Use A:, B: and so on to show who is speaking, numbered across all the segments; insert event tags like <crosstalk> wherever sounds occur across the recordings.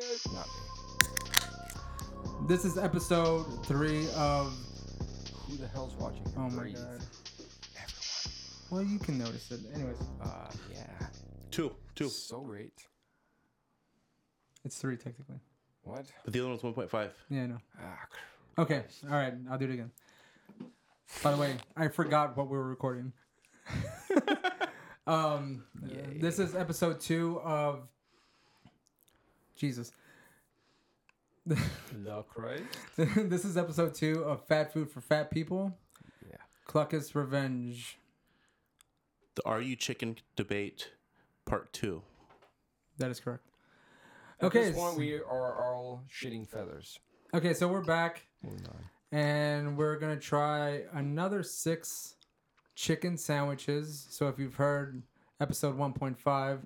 A: shit. Not me.
B: This is episode three of.
A: Who the hell's watching? her
B: Oh my
A: breathe?
B: god. Well, you can notice it. Anyways,
A: Uh, yeah.
C: Two, two.
A: So great.
B: it's three technically.
A: What?
C: But the other one's 1.5.
B: Yeah, I know.
A: Ah, cr-
B: Okay, all right, I'll do it again. By the way, I forgot what we were recording. <laughs> um, uh, this is episode two of Jesus. <laughs>
A: the Christ.
B: this is episode two of Fat Food for Fat People.
A: Yeah.
B: Cluckus Revenge.
C: The Are You Chicken Debate Part 2.
B: That is correct.
A: At
B: Okay,
A: this point,
B: s-
A: we are all shitting feathers.
B: Okay, so we're back.
A: Moving on.
B: and we're gonna try another six chicken sandwiches. So if you've heard episode 1.5,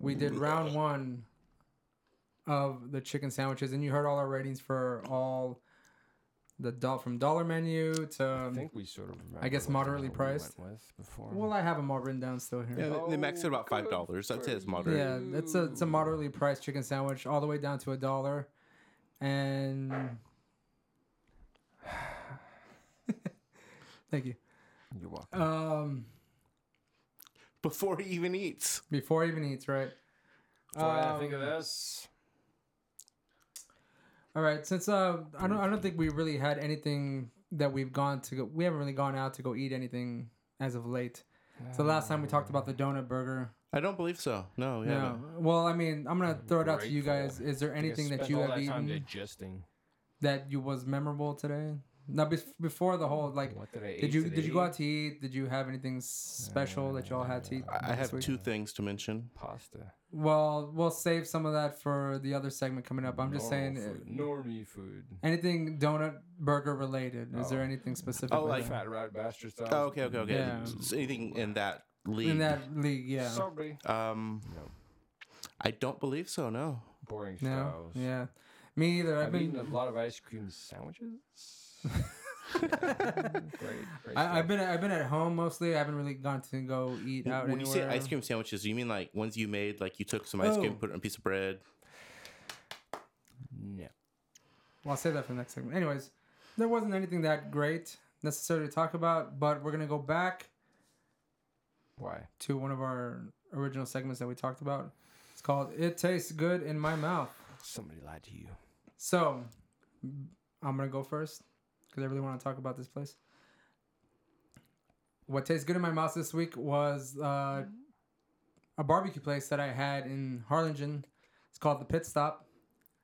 B: we
A: Mm.
B: did round one of the chicken sandwiches, and you heard all our ratings for all the doll from dollar menu to.
A: I think we sort of. Remember
B: I guess
A: what the
B: moderately
A: hell we
B: priced.
A: went with before.
B: well, I have them all written down still here.
C: Yeah,
B: Yeah.
C: they- they maxed it about
A: Oh, good
C: $5. I'd say it's
A: for
C: moderate.
A: you.
B: it's a it's a moderately priced chicken sandwich, all the way down to a dollar, and <sighs> thank you.
A: You're welcome.
B: Um,
C: Before he even eats.
B: Before he even eats, right?
A: That's why I think of
B: um,
A: this.
B: All right. Since uh, I don't, I don't think we really had anything that we've gone to go. We haven't really gone out to go eat anything as of late. So last time we talked about the donut burger.
C: I don't believe so. No, yeah.
B: Yeah. Well, I mean, I'm gonna throw it out to you guys.
A: Grateful.
B: Is there
A: I think I
B: anything that
A: spent
B: you
A: all
B: have
A: that time
B: eaten
A: digesting.
B: that you was memorable today? Now, bef before the whole like,
A: What did I eat
B: did you did you go
A: today?
B: out to eat? Did you have anything special that y'all had to eat?
C: I I
B: this
C: have
B: week?
C: two things to mention.
A: Pasta.
B: Well, we'll save some of that for the other segment coming up. I'm just saying.
A: Normal
B: uh,
A: Food. Normie food.
B: Anything donut burger related? Is
A: Oh.
B: there anything specific?
C: Oh,
B: with
C: like-
B: that?
A: Fat rat bastard style.
C: Oh, okay, okay, okay.
B: Yeah.
C: S- Anything in that league?
B: in that league? Yeah.
A: Sorry.
C: Um,
A: No.
C: I don't believe so, no.
A: Boring
B: no.
A: styles.
B: Yeah. Me either. I've,
A: I've
B: been.
A: eaten a lot of ice cream sandwiches. Great, great
B: <laughs> I,
A: stuff.
B: I've been. I've been at home mostly. I haven't really gone to go eat out
C: when
B: anywhere.
C: you say ice cream sandwiches, do you mean like ones you made, like you took some ice cream,
B: Oh.
C: put it on a piece of bread?
A: No.
B: Well, I'll save that for the next segment. Anyways, there wasn't anything that great necessarily to talk about, but we're gonna go back
A: Why?
B: to one of our original segments that we talked about. It's called "It Tastes Good in My Mouth."
A: Somebody lied to you.
B: So, I'm gonna go first because I really want to talk about this place. What tastes good in my mouth this week was uh, a barbecue place that I had in Harlingen. It's called the Pit Stop.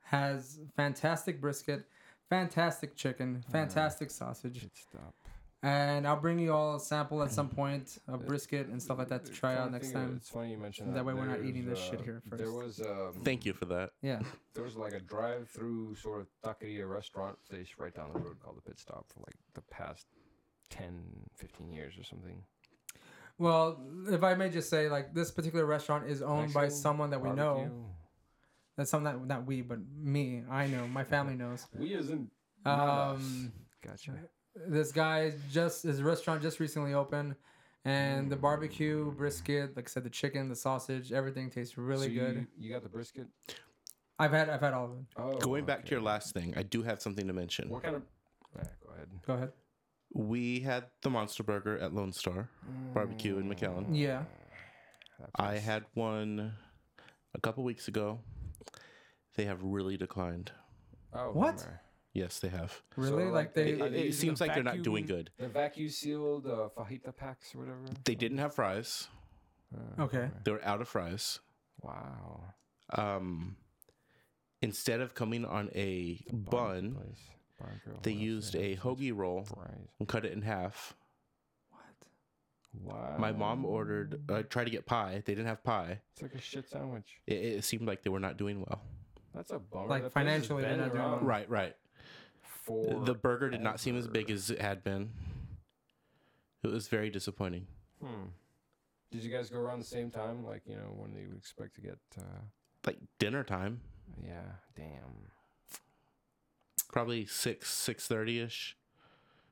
B: Has fantastic brisket, fantastic
A: Mm.
B: chicken, fantastic sausage,
A: Should stop.
B: and I'll bring you all a sample at some point of brisket and stuff like that to try
A: Uh, Trying
B: out
A: to
B: next
A: think of it.
B: time.
A: It's funny you mentioned that.
B: That way we're not eating
A: There's,
B: this shit
A: uh,
B: here
A: There was
B: first.
A: um,
C: Thank you for that.
B: Yeah,
A: there was like a drive-through sort of taqueria restaurant place right down the road called the Pit Stop for like the past 10, 15 years or something.
B: Well, if I may just say, like this particular restaurant is owned by
A: Actual
B: someone that we know.
A: Barbecue.
B: That's something that not we, but me. I know. My family knows.
A: We isn't.
B: Um,
A: Gotcha.
B: this guy just his restaurant just recently opened, and the barbecue brisket, like I said, the chicken, the sausage, everything tastes really
A: So
B: good.
A: You, you got the brisket.
B: I've had I've had all of it.
A: Oh,
C: Going back to
A: okay.
C: your last thing, I do have something to mention.
A: What kind of? Ah, go ahead.
B: Go ahead.
C: We had the Monster Burger at Lone Star Barbecue in McAllen.
B: Yeah.
A: That
C: I
A: place.
C: had one a couple weeks ago. They have really declined.
A: Oh,
B: What?
A: bummer.
C: Yes, they have.
B: Really?
A: like
B: like they.
C: It,
A: Are
C: it-
A: they
C: it
A: using
C: seems
A: a
C: like they're not doing
A: vacuum?
C: good.
A: The vacuum sealed uh, fajita packs or whatever.
C: They didn't have fries.
A: Uh,
B: Okay.
C: They were out of fries.
A: Wow.
C: Um, instead of coming on a
A: Barn
C: bun,
A: place. Barn grill,
C: they
A: what else
C: used
A: have
C: a
A: besides
C: hoagie roll
A: Fries.
C: and cut it in half.
B: What?
A: Wow.
C: My mom
A: Oh.
C: ordered, uh, tried to get pie. They didn't have pie.
A: It's like a shit sandwich.
C: It, it seemed like they were not doing well.
A: That's a bummer.
B: Like,
A: That place has
B: financially, they're
A: been
B: not doing
A: around
B: well.
C: Right, right.
A: For
C: the burger did not seem as big as it had been. It was very disappointing.
A: Hmm. Did you guys go around the same time? Like you know when you expect to get? Uh,
C: Like dinner time,
A: yeah. Damn.
C: probably six six thirty ish.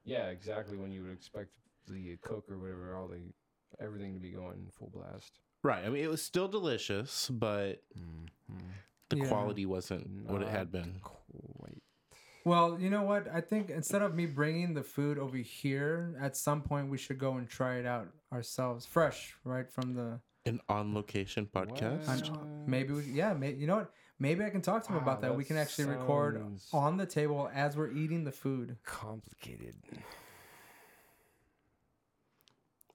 A: Yeah, exactly when you would expect the Coke or whatever, all the everything to be going full blast.
C: Right. I mean, it was still delicious, but Mm-hmm. the
B: Yeah.
C: quality wasn't what it had been.
A: Quite.
B: Well, you know what? I think instead of me bringing the food over here, at some point we should go and try it out ourselves, fresh, right from the.
C: An on location podcast.
B: I know. Maybe we, yeah, may, you know what? Maybe I can talk to him
A: Wow,
B: about that.
A: that
B: We can actually record
A: sounds-
B: on the table as we're eating the food.
A: Complicated.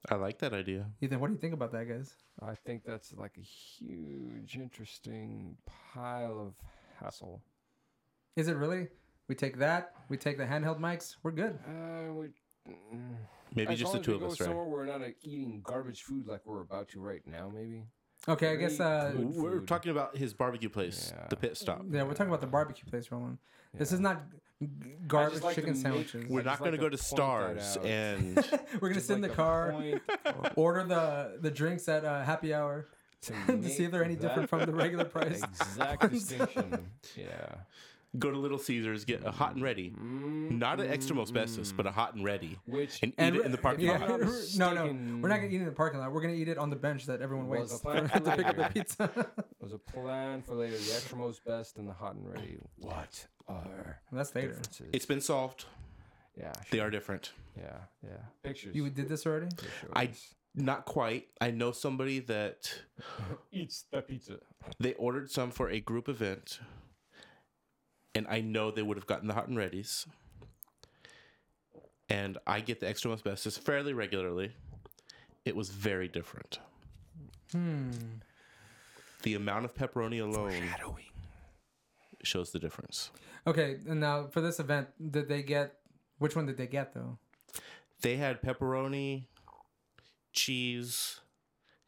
C: I like that idea.
B: Ethan, what do you think about that, guys?
A: I think that's like a huge, interesting pile of hassle.
B: Is it really? We take that. We take the handheld mics. We're good.
A: Uh, we, mm.
C: Maybe
A: as long
C: just the
A: as
C: two
A: we
C: of
A: go
C: us, right?
A: Somewhere we're not like, eating garbage food like we're about to right now. Maybe.
B: Okay, I guess.
A: Very
B: Uh,
A: good.
C: We're
A: food.
C: talking about his barbecue place,
A: Yeah.
C: the pit stop.
B: yeah, we're talking about the barbecue place, Roland. This
A: Yeah.
B: is not g- garbage
A: like to
B: chicken
A: make-
B: sandwiches.
A: I
C: We're
A: just
C: not
A: like
C: going to go
A: to
C: to
A: point that
C: Stars
A: out.
C: and
A: <laughs>
B: We're gonna
A: Just
B: sit in the
A: like to
B: car, <laughs>
A: point
B: order the the drinks at uh, happy hour <laughs> to see if
A: make
B: they're any
A: that
B: different from the regular price. <laughs>
A: Exact distinction. Yeah.
C: go to Little Caesars, get a hot and ready. Not an extra asbestos, but a hot and ready.
A: Mm. Which
C: And eat
B: And
C: it in the parking
B: yeah,
A: I'm not
C: lot.
B: no, no,
A: mistaken-
B: we're not gonna eat it in the parking lot. We're gonna eat it on the bench that everyone waits
A: Was
B: for, <laughs>
A: planned for
B: to pick up the
A: later.
B: pizza. <laughs>
A: was a plan for later. The extra most best and the hot and ready. What are
B: That's later.
A: differences?
C: It's been solved.
A: yeah, sh-
C: They are different.
A: yeah, yeah. Pictures.
B: You did this already?
A: they showed
C: I-
A: us.
C: Not quite. I know somebody that
A: eats the pizza.
C: they ordered some for a group event, and I know they would have gotten the hot and readies. And I get the extra asbestos fairly regularly. It was very different.
B: Hmm.
C: The amount of pepperoni alone shows the difference.
B: Okay, and now for this event, did they get which one did they get though?
C: They had pepperoni, cheese,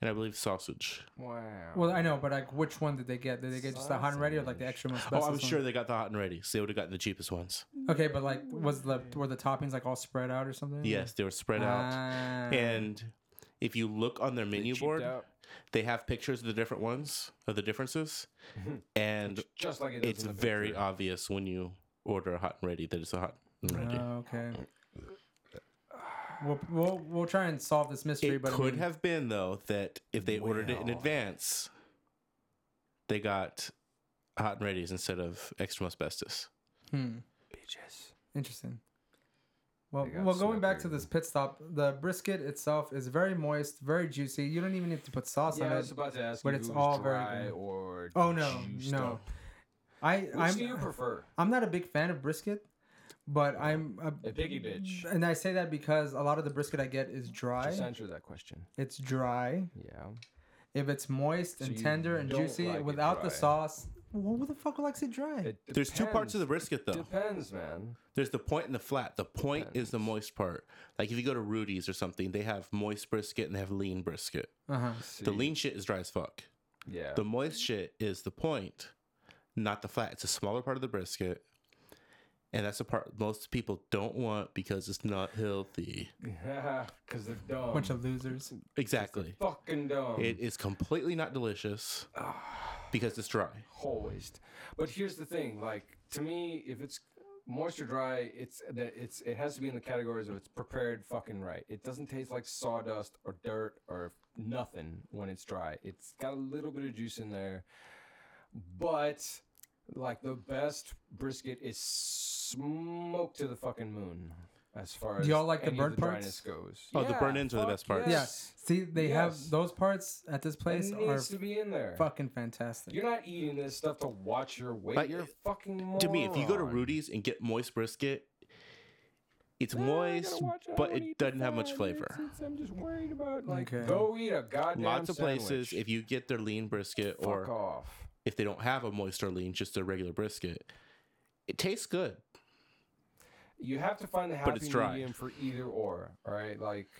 C: and I believe sausage.
A: Wow.
B: Well, I know, but like which one did they get? Did they get just the hot and ready or like the extra most
C: oh, I'm sure they got the hot and ready's. They would have gotten the cheapest ones.
B: Okay, but like was the were the toppings like all spread out or something?
C: Yes, they were spread out.
B: Mm. Ah.
A: Mm.
C: And if you look on their menu
A: cheaped
C: board,
A: out
C: they have pictures of the different ones of the differences and
A: just like Mm-hmm. it does
C: it's
A: in the
C: very
A: picture.
C: obvious when you order a hot and ready that it's a hot and ready
A: Uh,
B: Oh, okay. We'll, we'll we'll try and solve this mystery,
C: it
B: but I
C: could
B: mean-
C: have been though that if they ordered it in
A: Well.
C: advance they got hot and ready's instead of extra asbestos
B: Hmm,
A: bitches.
B: interesting. Well,
A: They got
B: well, going back to
A: suckered.
B: this pit stop, the brisket itself is very moist, very juicy. You don't even need to put sauce
A: Yeah,
B: on
A: I
B: it.
A: was about to ask
B: but
A: if
B: it's
A: it was
B: all very
A: dry
B: good.
A: or
B: Oh no,
A: juiced
B: no.
A: up.
B: I
A: Which do you
B: I'm
A: prefer?
B: I'm not a big fan of brisket, but I'm a,
A: A piggy bitch.
B: and I say that because a lot of the brisket I get is
A: Just
B: dry.
A: answer that question.
B: It's dry.
A: Yeah.
B: If it's moist
A: So
B: and
A: you
B: tender and
A: don't
B: juicy
A: like it
B: without the
A: dry.
B: sauce, well, who the fuck likes it dry?
A: It
C: there's two parts of the
A: depends.
C: brisket though
A: Depends, man.
C: there's the point and the flat the point is the moist part like if you go to rudy's or something they have moist brisket and they have lean brisket
B: uh huh.
A: See,
C: the lean shit is dry as fuck
A: yeah.
C: The moist shit is the point, not the flat. It's a smaller part of the brisket. And that's the part most people don't want because it's not healthy.
A: <laughs> because they're dumb.
B: Bunch of losers.
C: Exactly.
A: fucking dumb.
C: It is completely
A: <sighs>
C: not delicious because it's dry.
A: always. But here's the thing: like to me, if it's moisture dry, it's that it's it has to be in the categories of it's prepared fucking right. It doesn't taste like sawdust or dirt or nothing when it's dry. It's got a little bit of juice in there, but like the best brisket is smoked to the fucking moon. As far as
B: Do y'all like the
A: any of
B: burnt
A: dryness
B: parts?
A: goes,
C: Oh, the burnt ends are the
A: fuck
C: best parts.
A: Yes.
B: See, they have
A: Yes.
B: those parts at this place
A: it
B: are
A: needs to be in there.
B: fucking fantastic.
A: You're not eating this stuff to watch your weight.
C: Like,
A: You're a fucking moron.
C: To me, if you go to Rudy's and get moist brisket, it's
A: Nah, I gotta
C: moist,
A: watch I
C: but
A: don't
C: it
A: eat the
C: doesn't have much
A: fat. It's-
C: flavor.
A: it's- I'm just worried about like
B: Okay.
A: go eat a goddamn
C: Lots of places,
A: sandwich.
C: if you get their lean brisket
A: fuck
C: or
A: off.
C: if they don't have a moist or lean, just a regular brisket, it tastes good.
A: You have to find the happy
C: But it's dry.
A: medium for either or. All right, like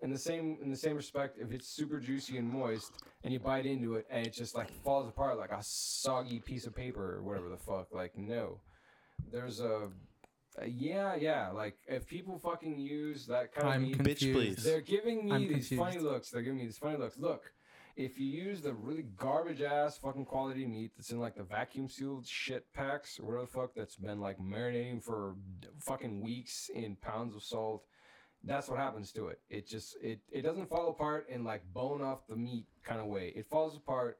A: in the same in the same respect, if it's super juicy and moist and you bite into it and it just like falls apart like a soggy piece of paper or whatever the fuck, like no, there's a. a- Yeah, yeah. Like if people fucking use that kind of
B: I'm
A: meat-
C: Bitch,
B: confused.
A: <laughs>
C: please.
A: They're giving me
B: I'm
A: these funny
B: confused.
A: looks. They're giving me these funny looks. Look, if you use the really garbage ass fucking quality meat that's in like the vacuum sealed shit packs or whatever the fuck that's been like marinating for d- fucking weeks in pounds of salt, that's what happens to it. It just it it doesn't fall apart in like bone off the meat kind of way. It falls apart.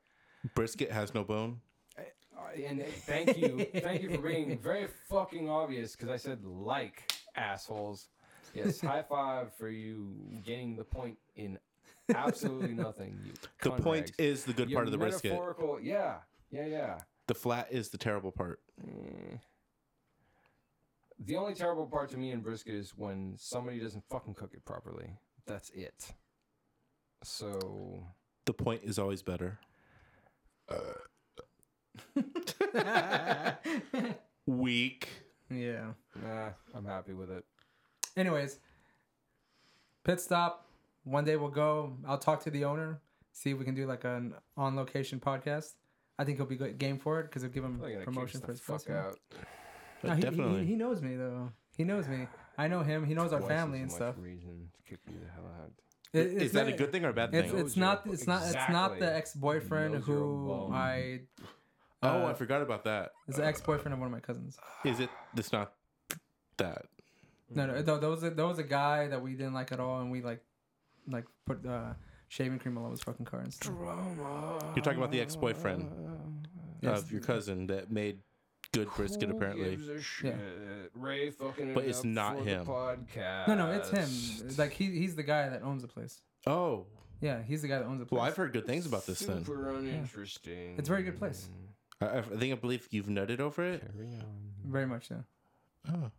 C: Brisket has no bone.
A: uh, And uh, thank you, thank you for
C: <laughs>
A: being very fucking obvious because I said like assholes. Yes, high five for you getting the point in
C: <laughs>
A: absolutely nothing. You
C: The
A: cunt
C: point
A: rags.
C: is the good
A: Your
C: part of the brisket.
A: metaphorical, Yeah, yeah, yeah.
C: The flat is the terrible part.
A: Mm. The only terrible part to me in brisket is when somebody doesn't fucking cook it properly. That's it. So
C: The point is always better. Weak.
B: <laughs> yeah.
A: nah, I'm happy with it.
B: Anyways, pit stop. One day we'll go. I'll talk to the owner, see if we can do like an on location podcast. I think he'll be good game for it because it'll give him
A: They're gonna
B: promotion
A: kick
B: for
A: us
B: his
A: the fuck
B: first one.
A: out.
C: But
B: No, he,
C: definitely.
B: He, he knows me though. He knows me. I know him. He knows our
A: Twice
B: family
A: as
B: and
A: much
B: stuff.
A: Reason to kick you the hell out.
B: It-
C: is
B: it's
C: that a
B: not-
C: good thing or a bad
B: It's,
C: thing?
A: Knows
B: it's not
A: your-
B: it's not it's not the
A: Exactly.
B: ex boyfriend
A: Knows your
B: who
A: bone.
B: I
C: oh,
B: uh,
C: I forgot about that. Uh,
B: is the ex boyfriend of one of my cousins.
C: Is it? It's not that.
B: No, no, th- there was a, there was a guy that we didn't like at all, and we like like put uh, shaving cream all over his fucking car and stuff.
A: Drama.
C: You're talking about the ex-boyfriend
B: Yes.
C: of your cousin that made good brisket
A: Who
C: apparently.
A: gives a shit? Ray fucking. it
C: But it's
A: up
C: not
A: for the
C: him.
A: Podcast.
B: No, no, it's him. Like he he's the guy that owns the place.
C: Oh,
B: Yeah, he's the guy that owns the place.
C: well, I've heard good things about this then.
A: Super uninteresting.
B: It's a very good place.
C: I, I think I believe you've nutted over it.
A: Carry on.
B: Very much so.
C: Oh,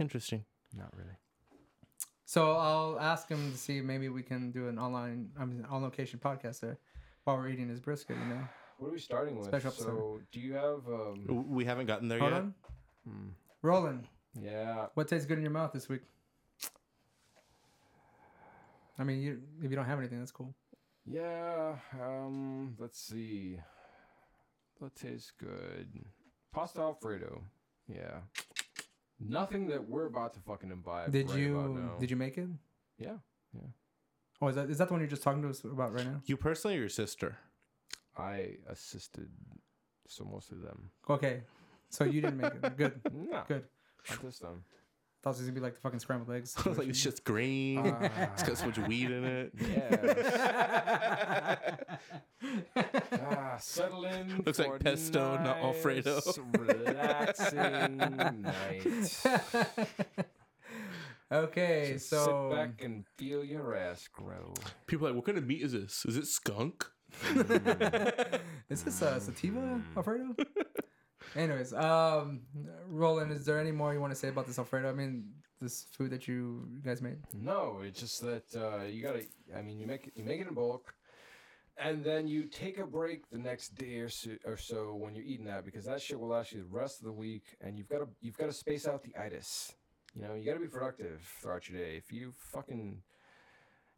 C: interesting.
A: Not really.
B: So I'll ask him to see if maybe we can do an online, I mean, on location podcast there while we're eating his brisket. You know.
A: What are we starting with?
B: Special episode.
A: so, do you have? Um,
C: W- We haven't gotten there
B: Hold
C: yet.
B: on.
A: Hmm.
B: Roland,
A: yeah.
B: what tastes good in your mouth this week? I mean, you, if you don't have anything, that's cool.
A: Yeah. Um. Let's see. That tastes good. Pasta Alfredo. Yeah. Nothing that we're about to fucking imbibe. right
B: Did
A: About
B: you
A: now.
B: did you make it?
A: Yeah.
B: Oh, is that is that the one you're just talking to us about right now?
C: You personally or
B: <laughs>
C: your sister?
A: I assisted, so most of them.
B: Okay, so you didn't make
A: <laughs>
B: it. Good.
A: No.
B: Good.
A: Not this time.
B: Thought it was gonna be like the fucking scrambled
A: <laughs>
B: eggs.
C: I was like, it's just green. <laughs>
A: Ah.
C: it's got so much weed
B: <laughs>
C: in it.
A: <laughs> Yeah.
B: situation.
A: ah, settle in.
C: Looks like
A: for a
C: pesto, not Alfredo.
A: nice, <laughs> Relaxing night.
B: <laughs> okay,
A: Just
B: so
A: sit back and feel your ass grow.
C: People are like, what kind of meat is this? Is it skunk?
B: <laughs> is this uh, sativa
C: <laughs>
B: Alfredo? Anyways, um, Roland, is there any more you want to say about this Alfredo? I mean, this food that you guys made.
A: No, it's just that uh, you gotta. I mean, you make it, you make it in bulk, and then you take a break the next day or so, or so when you're eating that because that shit will last you the rest of the week, and you've got to you've got to space out the itis. You know, you got to be productive throughout your day. If you fucking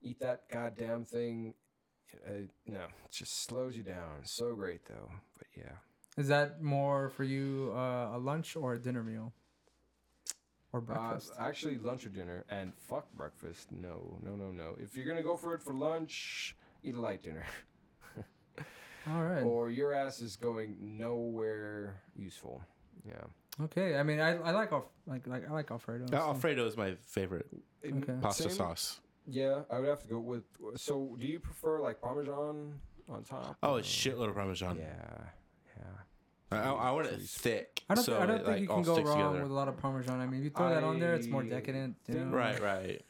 A: eat that goddamn thing, uh, no, it just slows you down. So great though, but yeah.
B: Is that more for you uh, a lunch or a dinner meal or
A: Uh,
B: breakfast?
A: actually, lunch or dinner, and fuck breakfast. No, no, no, no. If you're gonna go for it for lunch, eat a light dinner.
B: All right.
A: or your ass is going nowhere useful. Yeah.
B: Okay. I mean, I, I like Alf- like like I like Alfredo.
C: Uh,
B: so-
C: Alfredo is my favorite
B: Okay.
C: pasta
A: Same-
C: sauce.
A: Yeah, I would have to go with. So, do you prefer like Parmesan on top?
C: Oh,
A: or-
C: it's shitload of Parmesan.
A: Yeah, yeah.
C: I, I, I want it
A: Please.
C: thick.
B: I don't,
C: so
B: I don't
C: it,
B: think
C: like,
B: you
C: all
B: can go
C: sticks
B: wrong
C: together.
B: with a lot of Parmesan. I mean, if you throw that on there, it's more
A: I
B: decadent. You
A: think-
B: know?
C: Right, right.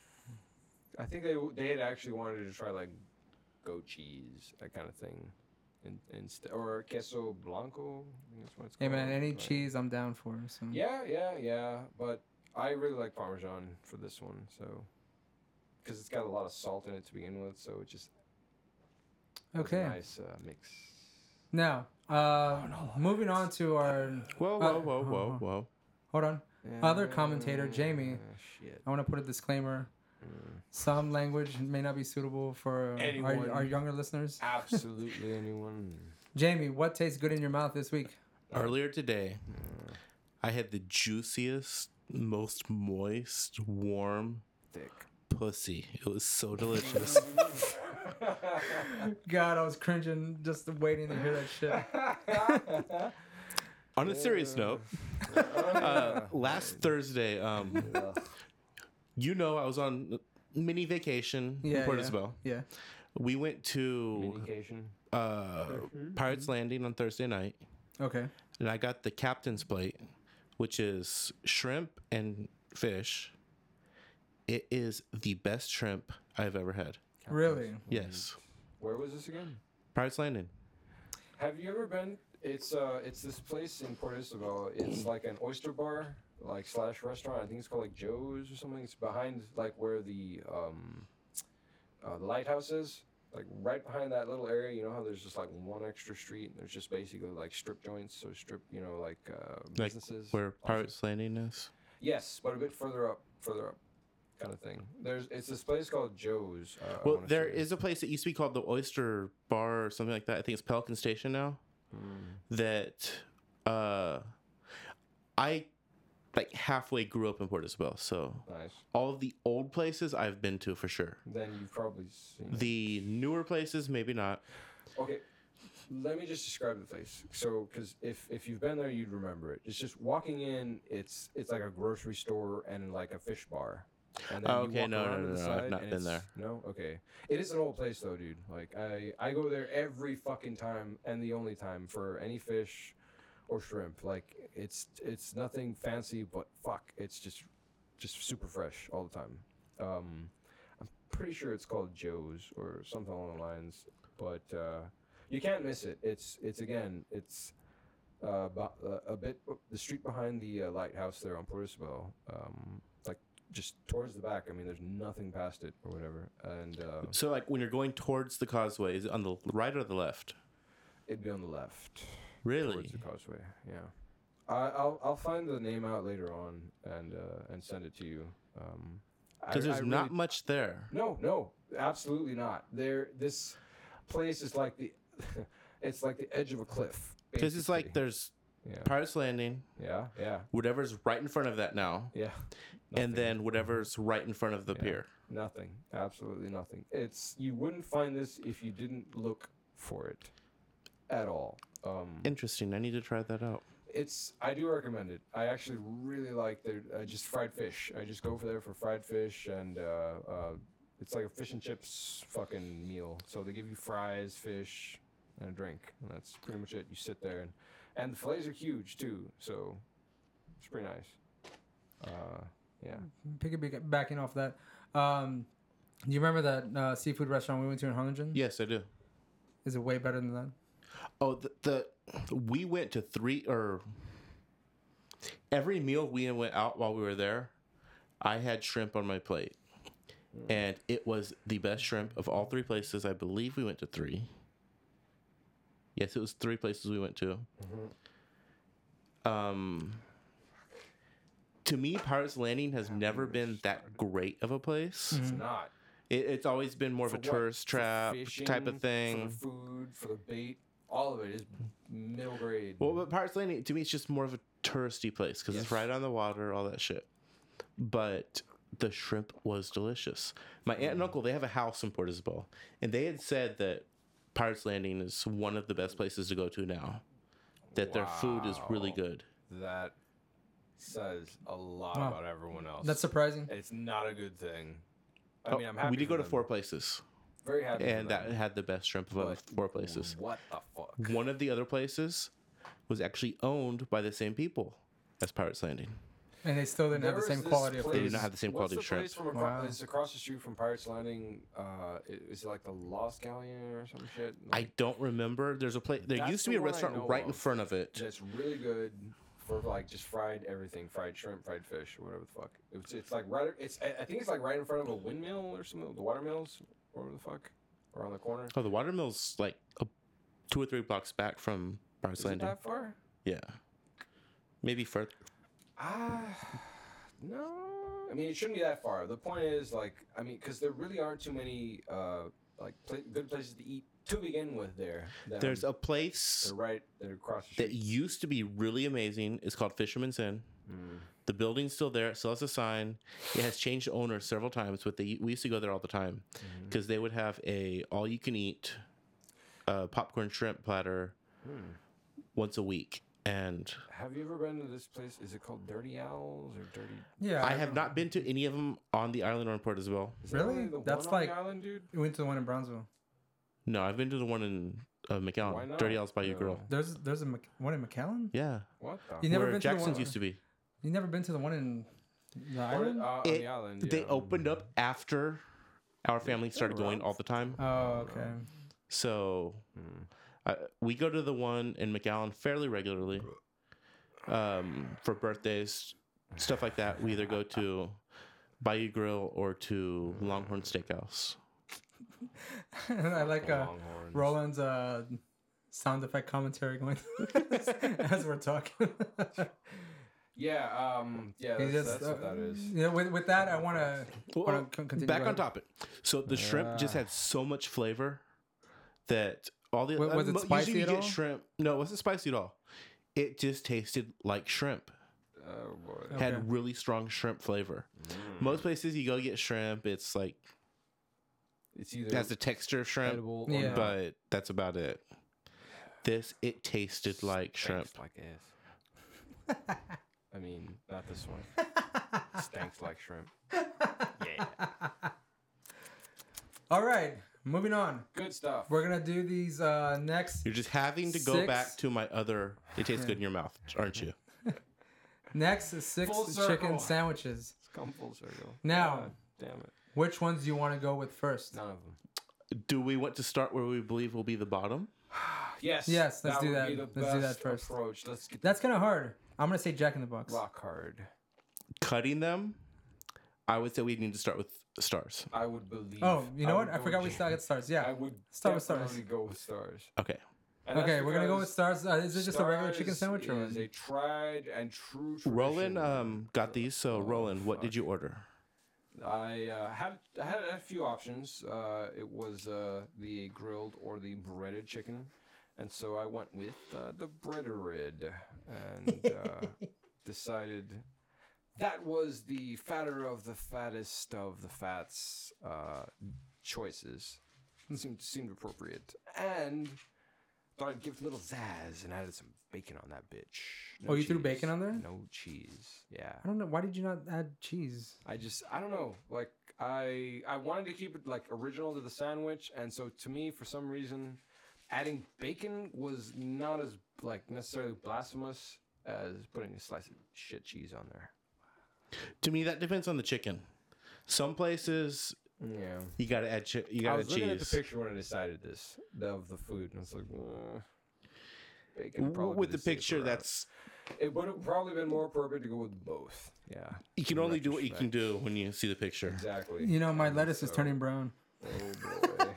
A: I think they they had actually wanted to try like goat cheese, that kind of thing, and instead or queso blanco. I think that's what it's
B: Hey
A: called.
B: man, any
A: but-
B: cheese I'm down for. So.
A: Yeah, yeah, yeah. But I really like Parmesan for this one, so because it's got a lot of salt in it to begin with, so it just It's a
B: Okay.
A: Nice uh, mix.
B: Now, uh, moving on to our
C: Whoa,
B: Uh,
C: whoa, whoa, whoa,
B: uh-huh.
C: whoa.
B: hold on. Other commentator, Jamie.
A: Ah, Shit.
B: I want to put a disclaimer.
A: Mm.
B: Some language may not be suitable for our,
A: Anyone.
B: our younger listeners.
A: Absolutely anyone.
B: Jamie, what tastes good in your mouth this week?
C: Earlier today, I had the juiciest, most moist, warm
A: Thick.
B: <laughs>
C: pussy. It was so delicious.
B: God, I was cringing just waiting to hear that shit.
C: On a serious note, uh, last Thursday, um, you know, I was on mini vacation
B: Yeah,
C: in Port
B: yeah.
C: Isabel.
B: <laughs> Yeah.
C: We went to
A: Medication.
C: uh, Pirates Landing on Thursday night,
B: Okay.
C: and I got the captain's plate, which is shrimp and fish. It is the best shrimp I've ever had.
B: Really?
A: Mm-hmm.
C: Yes,
A: Where was this again?
C: Pirates Landing.
A: Have you ever been? It's uh, it's this place in Port Isabel. It's like an oyster bar, like slash restaurant. I think it's called like Joe's or something. It's behind like where the um, uh, the lighthouse is. Like right behind that little area, you know how there's just like one extra street. And there's just basically like strip joints, so strip, you know, like uh,
C: Like
A: businesses.
C: where
A: also-
C: Pirates Landing is.
A: Yes, but a bit further up, further up, kind of thing. There's it's this place called Joe's. Uh, I
C: Well,
A: wanna
C: there
A: say.
C: is a place that used to be called the Oyster Bar or something like that. I think it's Pelican Station now.
A: Hmm,
C: That uh, I like halfway grew up in Port Isabel, so
A: nice.
C: all of the old places I've been to for sure.
A: Then you've probably seen.
C: The newer places, maybe not.
A: Okay, let me just describe the place. So, because if if you've been there, you'd remember it. It's just walking in. It's it's like a grocery store and like a fish bar. And
C: Oh, okay, no, no,
A: around to
C: no,
A: the
C: no, I've
A: side
C: not
A: and
C: been
A: it's- No, okay. It is an old place though, dude. Like I I go there every fucking time and the only time for any fish or shrimp. Like it's it's nothing fancy, but fuck, it's just just super fresh all the time. Um, I'm pretty sure it's called Joe's or something along the lines, but uh, you can't miss it. It's it's again it's uh, bo- uh, a bit b- the street behind the uh, lighthouse there on Port Isabel, um, like just towards the back. I mean, there's nothing past it or whatever, and uh,
C: So like when you're going towards the causeway, is it on the right or the left?
A: it'd be on the left.
C: Really?
A: towards the causeway. Yeah, I, I'll I'll find the name out later on and uh, and send it to you. Um, I-
C: Because
A: I
C: there's
A: really
C: not much there.
A: No, no, absolutely not. There, this place is like the, <laughs> it's like the edge of a cliff.
C: Because it's like
A: basically.
C: there's
A: yeah,
C: Pirates Landing,
A: yeah, yeah,
C: whatever's right in front of that now,
A: yeah.
C: and then whatever's right in front of the
A: Yeah.
C: pier.
A: nothing, absolutely nothing. It's you wouldn't find this if you didn't look for it, at all. Um,
C: Interesting. I need to try that out.
A: it's I do recommend it. I actually really like their uh, just fried fish. I just go for there for fried fish and uh, uh, it's like a fish and chips fucking meal. So they give you fries, fish, and a drink, and that's pretty much it. You sit there and and the fillets are huge too, so it's pretty nice. Uh, yeah,
B: Pick backing off that. Um, do you remember that uh, seafood restaurant we went to in Huntington?
C: Yes, I do.
B: Is it way better than that?
C: Oh, the, the we went to three or every meal we went out while we were there. I had shrimp on my plate,
A: Hmm.
C: and it was the best shrimp of all three places. I believe we went to three. Yes, it was three places we went to.
A: Mm-hmm.
C: Um, to me, Pirates Landing has never been that great of a place.
A: it's not
C: It, it's always been Mm-hmm. more of
A: For
C: a
A: what?
C: tourist
A: For
C: trap type
A: fishing,
C: of thing.
A: for the food, for the bait. All of it is middle grade.
C: Well, but Pirates Landing to me, it's just more of a touristy place because
A: Yes.
C: it's right on the water, all that shit. But the shrimp was delicious. My aunt and
A: Mm.
C: uncle they have a house in Port Isabel, and they had said that Pirates Landing is one of the best places to go to now. That their food is really
A: Wow.
C: good.
A: that says a lot
B: Wow.
A: about everyone else.
B: That's surprising.
A: it's not a good thing. I
C: Oh,
A: mean, I'm happy.
C: we did
A: for
C: go to
A: them.
C: four places,
A: Very happy. for
C: and that <laughs>
A: them,
C: had the best shrimp of all
A: but
C: four places.
A: What the fuck?
C: One of the other places was actually owned by the same people as Pirates Landing.
B: And they still didn't have
A: There
B: the same
A: is this
B: quality of
A: place-
C: They
B: food.
C: did not have the same
A: What's
C: quality
A: the
C: of shrimp.
A: place from across,
B: Wow.
A: It's across the street from Pirates Landing. Uh, i- is it like the Lost Galleon or some shit?
C: I
A: Like,
C: don't remember. There's a place. There
A: That's
C: used to be
A: the
C: a
A: one I
C: restaurant
A: know
C: right in
A: of.
C: front of it.
A: that's really good for like just fried everything, fried shrimp, fried fish, or whatever the fuck. It's, it's like right. It's I I think it's like right in front of a windmill or something. The water mills, or whatever the fuck, around the corner.
C: Oh, the watermill's like a, two or three blocks back from Barnes
A: Is it
C: Landing.
A: that far?
C: Yeah, maybe further.
A: Ah, <sighs> no. I mean, it shouldn't be that far. The point is, like, I mean, because there really aren't too many, uh, like, pla good places to eat to begin with. There, That,
C: There's
A: um,
C: a place
A: they're right. They're across the
C: that
A: street.
C: used to be really amazing. It's called Fisherman's Inn.
A: Mm.
C: The building's still there. It still has a sign. It has changed owners several times, but they we used to go there all the time
A: Mm-hmm.
C: because they would have a all
A: Hmm.
C: you can eat uh, popcorn shrimp platter once a week, And
A: Have you ever been to this place? Is it called Dirty Owls or Dirty?
B: Yeah,
C: I have not been to any of them on the island or in Port Isabel.
A: Is that only
B: Really?
A: the
B: That's
A: one on the
B: like-
A: island, dude.
B: We went to the one in Brownsville.
C: No, I've been to the one in uh,
A: Why
C: McAllen.
A: not?
C: Dirty Owls by your girl.
A: No.
B: There's there's a Mc- one in McAllen.
C: Yeah,
A: What the?
B: You never
C: where
B: been to the
C: Jackson's
B: one,
C: used to be.
B: You never been to the one in the
A: Or,
B: island?
A: uh, on
C: It-
A: the island.
C: They
A: yeah.
C: opened up after our family started going all the time.
B: oh, okay.
C: So
A: Hmm.
C: I, we go to the one in McAllen fairly regularly um, for birthdays, stuff like that. We either go to Bayou Grill or to Longhorn Steakhouse.
B: <laughs> and I like uh,
A: Longhorns.
B: Roland's uh, sound effect commentary going <laughs> as
A: <laughs>
B: we're talking.
A: Yeah. Um. Yeah.
B: He
A: That's,
B: just,
A: that's what
B: uh,
A: that is.
B: you know, with, with that, I want to
C: Well,
B: continue.
C: back
B: go
C: on
B: ahead. Ah.
C: topic. So the shrimp just had so much flavor that all the uh,
B: Wa- was it
C: mo- usually
B: spicy
C: you
B: at
C: get
B: all?
C: shrimp. No, it wasn't spicy at all. It just tasted like shrimp.
A: Oh boy. Hmm.
B: Okay.
C: Had really strong shrimp flavor.
A: Mm.
C: Most places you go get shrimp, it's like
A: It's either
C: it has the texture of shrimp,
A: edible
B: Yeah.
A: or not.
C: but that's about it. This it tasted like shrimp.
A: Stinks like ass. I mean, not this one. Stinks like shrimp. Yeah.
B: All right, moving on.
A: Good stuff.
B: We're gonna do these uh, next
C: You're just having to go
B: Six.
C: back to my other. It tastes good in your mouth, aren't
B: <laughs>
C: you?
B: next is six
A: Full circle.
B: chicken sandwiches.
A: It's come full circle.
B: Now-
A: God damn it.
B: Which ones do you want to go with first?
A: None of them.
C: Do we want to start where we believe will be the bottom?
A: Yes.
B: Yes, let's do
A: would
B: that.
A: be the
B: Let's do that
A: best
B: first.
A: Approach. Let's get
B: That's kind of hard. I'm gonna say Jack in the Box.
A: the rock hard.
C: Cutting them, I would say we need to start with stars.
A: I would believe.
B: Oh, you know
A: would
B: what? I
A: go
B: forgot we
A: with-
B: still got stars.
A: I
B: Yeah.
A: would
B: Start with stars.
A: definitely go with stars.
C: Okay.
A: And that's
B: Okay, we're gonna go with
A: because
B: stars. Uh, is it just a regular chicken
A: stars
B: sandwich or
A: Is a tried and true. Tradition.
C: Roland um, got these.
A: Oh,
C: So, Roland, what did you order?
A: I uh, had I had a few options. Uh, it was uh, the grilled or the breaded chicken, and so I went with uh, the breaded and uh,
B: <laughs>
A: decided that was the fatter of the fattest of the fats uh, choices.
B: Hmm.
A: It seemed seemed appropriate, and thought I'd give it a little zazz and added some bacon on that bitch.
B: Oh, you threw bacon on there?
A: No cheese. Yeah.
B: I don't know. Why did you not add cheese?
A: I just I don't know. Like I I wanted to keep it like original to the sandwich, and so to me, for some reason, adding bacon was not as like necessarily blasphemous as putting a slice of shit cheese on there.
C: To me, that depends on the chicken. Some places
A: Yeah.
C: you gotta add chi-
A: I
C: you gotta
A: was looking at
C: cheese.
A: the picture when I decided this the- of the food, and I was like, uh, bacon.
C: W-
A: probably
C: with the
A: safer
C: picture,
A: route.
C: that's
A: it would have probably been more appropriate to go with both. Yeah,
C: you can only do what you can do when you see the picture.
A: exactly.
B: You know, my
A: And
B: lettuce is
A: so-
B: turning brown.
A: Oh
C: <laughs>
A: boy.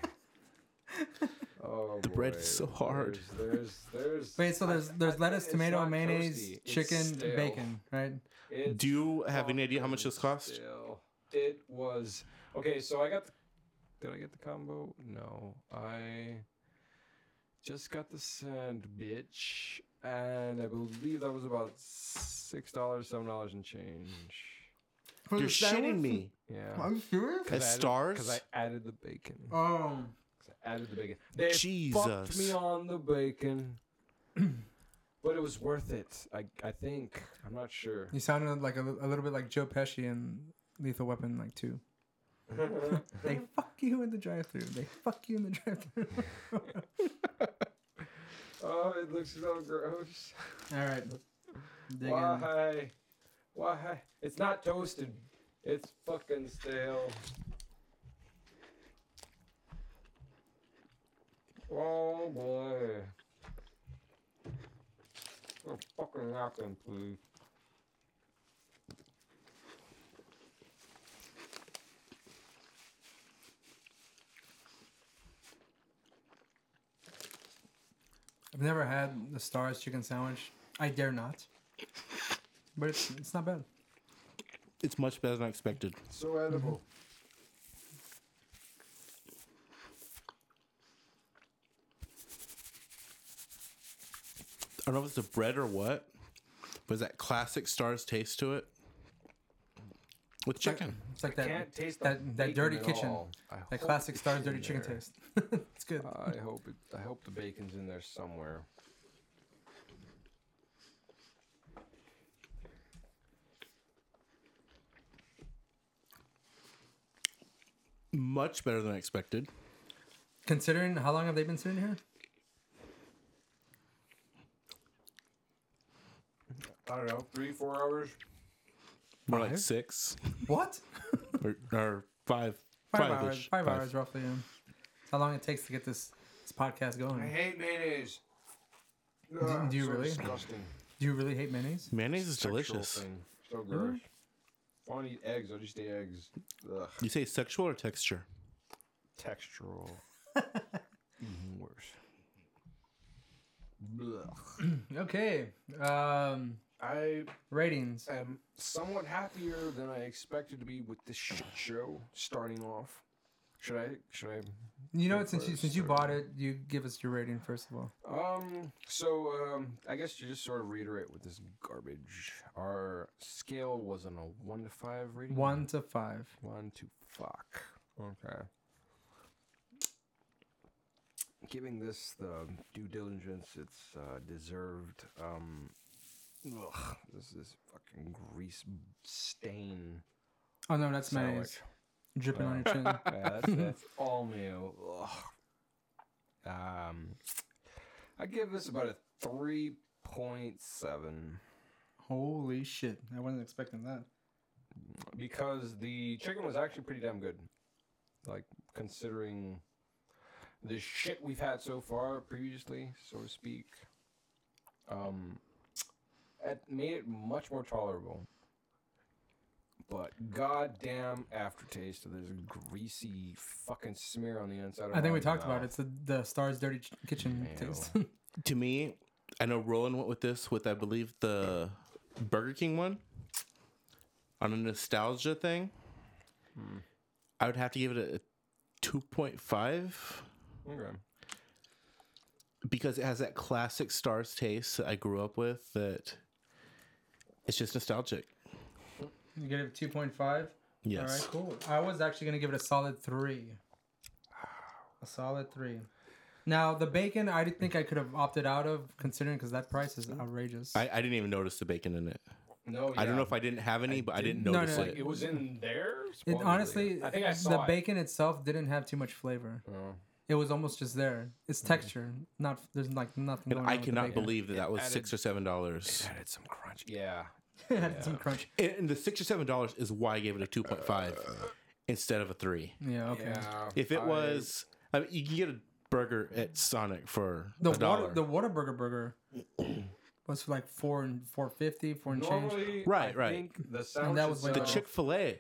A: Oh,
C: The bread is so hard.
A: There's, there's, there's
B: Wait, so there's there's lettuce,
A: it's
B: tomato,
A: not
B: mayonnaise,
A: toasty, it's
B: chicken,
A: stale.
B: bacon, right?
A: it's
C: Do you have any idea how much
A: fucking
C: this cost?
A: stale. It was okay. So I got. The, did I get the combo? No, I just got the sand, bitch, and I believe that was about six dollars, seven dollars and change.
B: For
C: You're
B: the sandwich?
C: shitting me.
A: Yeah.
B: Are you serious?
C: As
A: Because
C: stars,
A: I added the bacon.
B: Oh,
A: 'Cause I added the bacon. They fucked
C: Jesus.
A: me on the bacon, <clears throat> but it was worth it. I I think I'm not sure.
B: you sounded like a, li- a little bit like Joe Pesci in Lethal Weapon, like two. They fuck you in the drive-through. They fuck you in
A: <laughs>
B: the drive-through.
A: <laughs> oh, it looks so gross.
B: All right. Dig in.
A: Why? Why? It's not toasted. It's fucking stale. Oh boy. A fucking napkin, please.
B: I've never had the Stars chicken sandwich. I dare not. But it's, it's not bad.
C: it's much better than I expected.
A: So edible.
C: I don't know if it's the bread or what, but it's that classic stars taste to it with chicken.
B: It's like that
A: Can't taste the
B: that, that
A: bacon
B: dirty
A: at
B: kitchen.
A: all. I
B: That
A: hope
B: classic
A: it's
B: Stars
A: in
B: dirty chicken
A: there.
B: taste. <laughs> it's good.
A: I hope it, I hope the bacon's in there somewhere.
C: much better than I expected.
B: Considering how long have they been sitting here?
A: I don't know, three, four hours.
C: More like
B: Five?
C: six
B: What?
C: or, or five.
B: Five hours.
C: five-ish,
B: Five, hours roughly. Yeah. That's how long it takes to get this this podcast
A: I
B: going.
A: hate mayonnaise.
B: <laughs>
A: Ah,
B: do you
A: so
B: really?
A: Disgusting.
B: Do you really
A: <laughs>
B: hate mayonnaise?
C: Mayonnaise is
A: Sexual
C: delicious.
A: thing. So
B: Hmm?
A: gross. I want to eat eggs. I'll just eat eggs. Ugh.
C: You say sexual or texture?
B: <laughs>
A: Textural. Even worse. Ugh.
B: Okay. Um,
A: I
B: ratings.
A: am somewhat happier than I expected to be with this shit show starting off. Should I? Should I?
B: You know
A: Go
B: what? Since you
A: first,
B: since you
A: or-
B: bought it, you give us your rating first of all.
A: Um. So, um, I guess to just sort of reiterate with this garbage, our scale was on a one to five rating.
B: One to five.
A: One to fuck. Okay. Giving this the due diligence it's uh, deserved. Um, ugh, this is fucking grease stain
B: Oh no, that's mayonnaise
A: sandwich.
B: dripping on
A: Oh. <laughs>
B: your chin.
A: Yeah, that's, that's all meal. Ugh. Um, I give this about a three point seven.
B: Holy shit! I wasn't expecting that.
A: because the chicken was actually pretty damn good. Like considering the shit we've had so far previously, so to speak. Um it made it much more tolerable. But goddamn aftertaste of this greasy fucking smear on the inside of
B: I think
A: my
B: we talked about it.
A: mouth.
B: It's the, the Star's Dirty Ch- Kitchen
A: Ew.
B: taste. <laughs>
C: To me, I know Roland went with this with I believe the Burger King one on a nostalgia thing.
A: Hmm.
C: I would have to give it a two point five
A: Okay.
C: because it has that classic stars taste that I grew up with. That it's just nostalgic.
B: you get it two point five.
C: Yes.
B: All right, cool. I was actually gonna give it a solid three. A solid three. Now the bacon, I did think I could have opted out of considering because that price is outrageous.
C: I, I didn't even notice the bacon in it.
A: No,
C: I don't know
A: yeah.
C: if I didn't have any, but I didn't
B: No, no,
C: notice
B: no,
C: it.
A: like it was in there.
B: it,
A: supposedly.
B: honestly,
A: I think I saw
B: the
A: it.
B: bacon itself didn't have too much flavor.
A: Oh.
B: It was almost just there. It's texture, not there's like nothing.
C: Mm-hmm. and
B: going
C: I
B: on with the
C: cannot
B: bacon. <laughs>
C: believe that that was six
A: added-
C: or seven dollars.
A: added some crunch. Yeah,
B: it had some crunch.
C: And and the six or seven dollars is why I gave it a two point five
B: Uh.
C: instead of a three.
B: Yeah. Okay.
A: yeah.
C: If it
A: I-
C: was, I mean, you can get a burger at Sonic for
B: The
C: a dollar.
B: water, the Whataburger
C: <clears throat>
B: burger was for like four and four fifty, four and change.
A: Normally,
C: Right,
A: I
C: right.
A: Think the
B: And
A: sandwich
B: that was like
C: the
B: uh,
C: Chick Fil A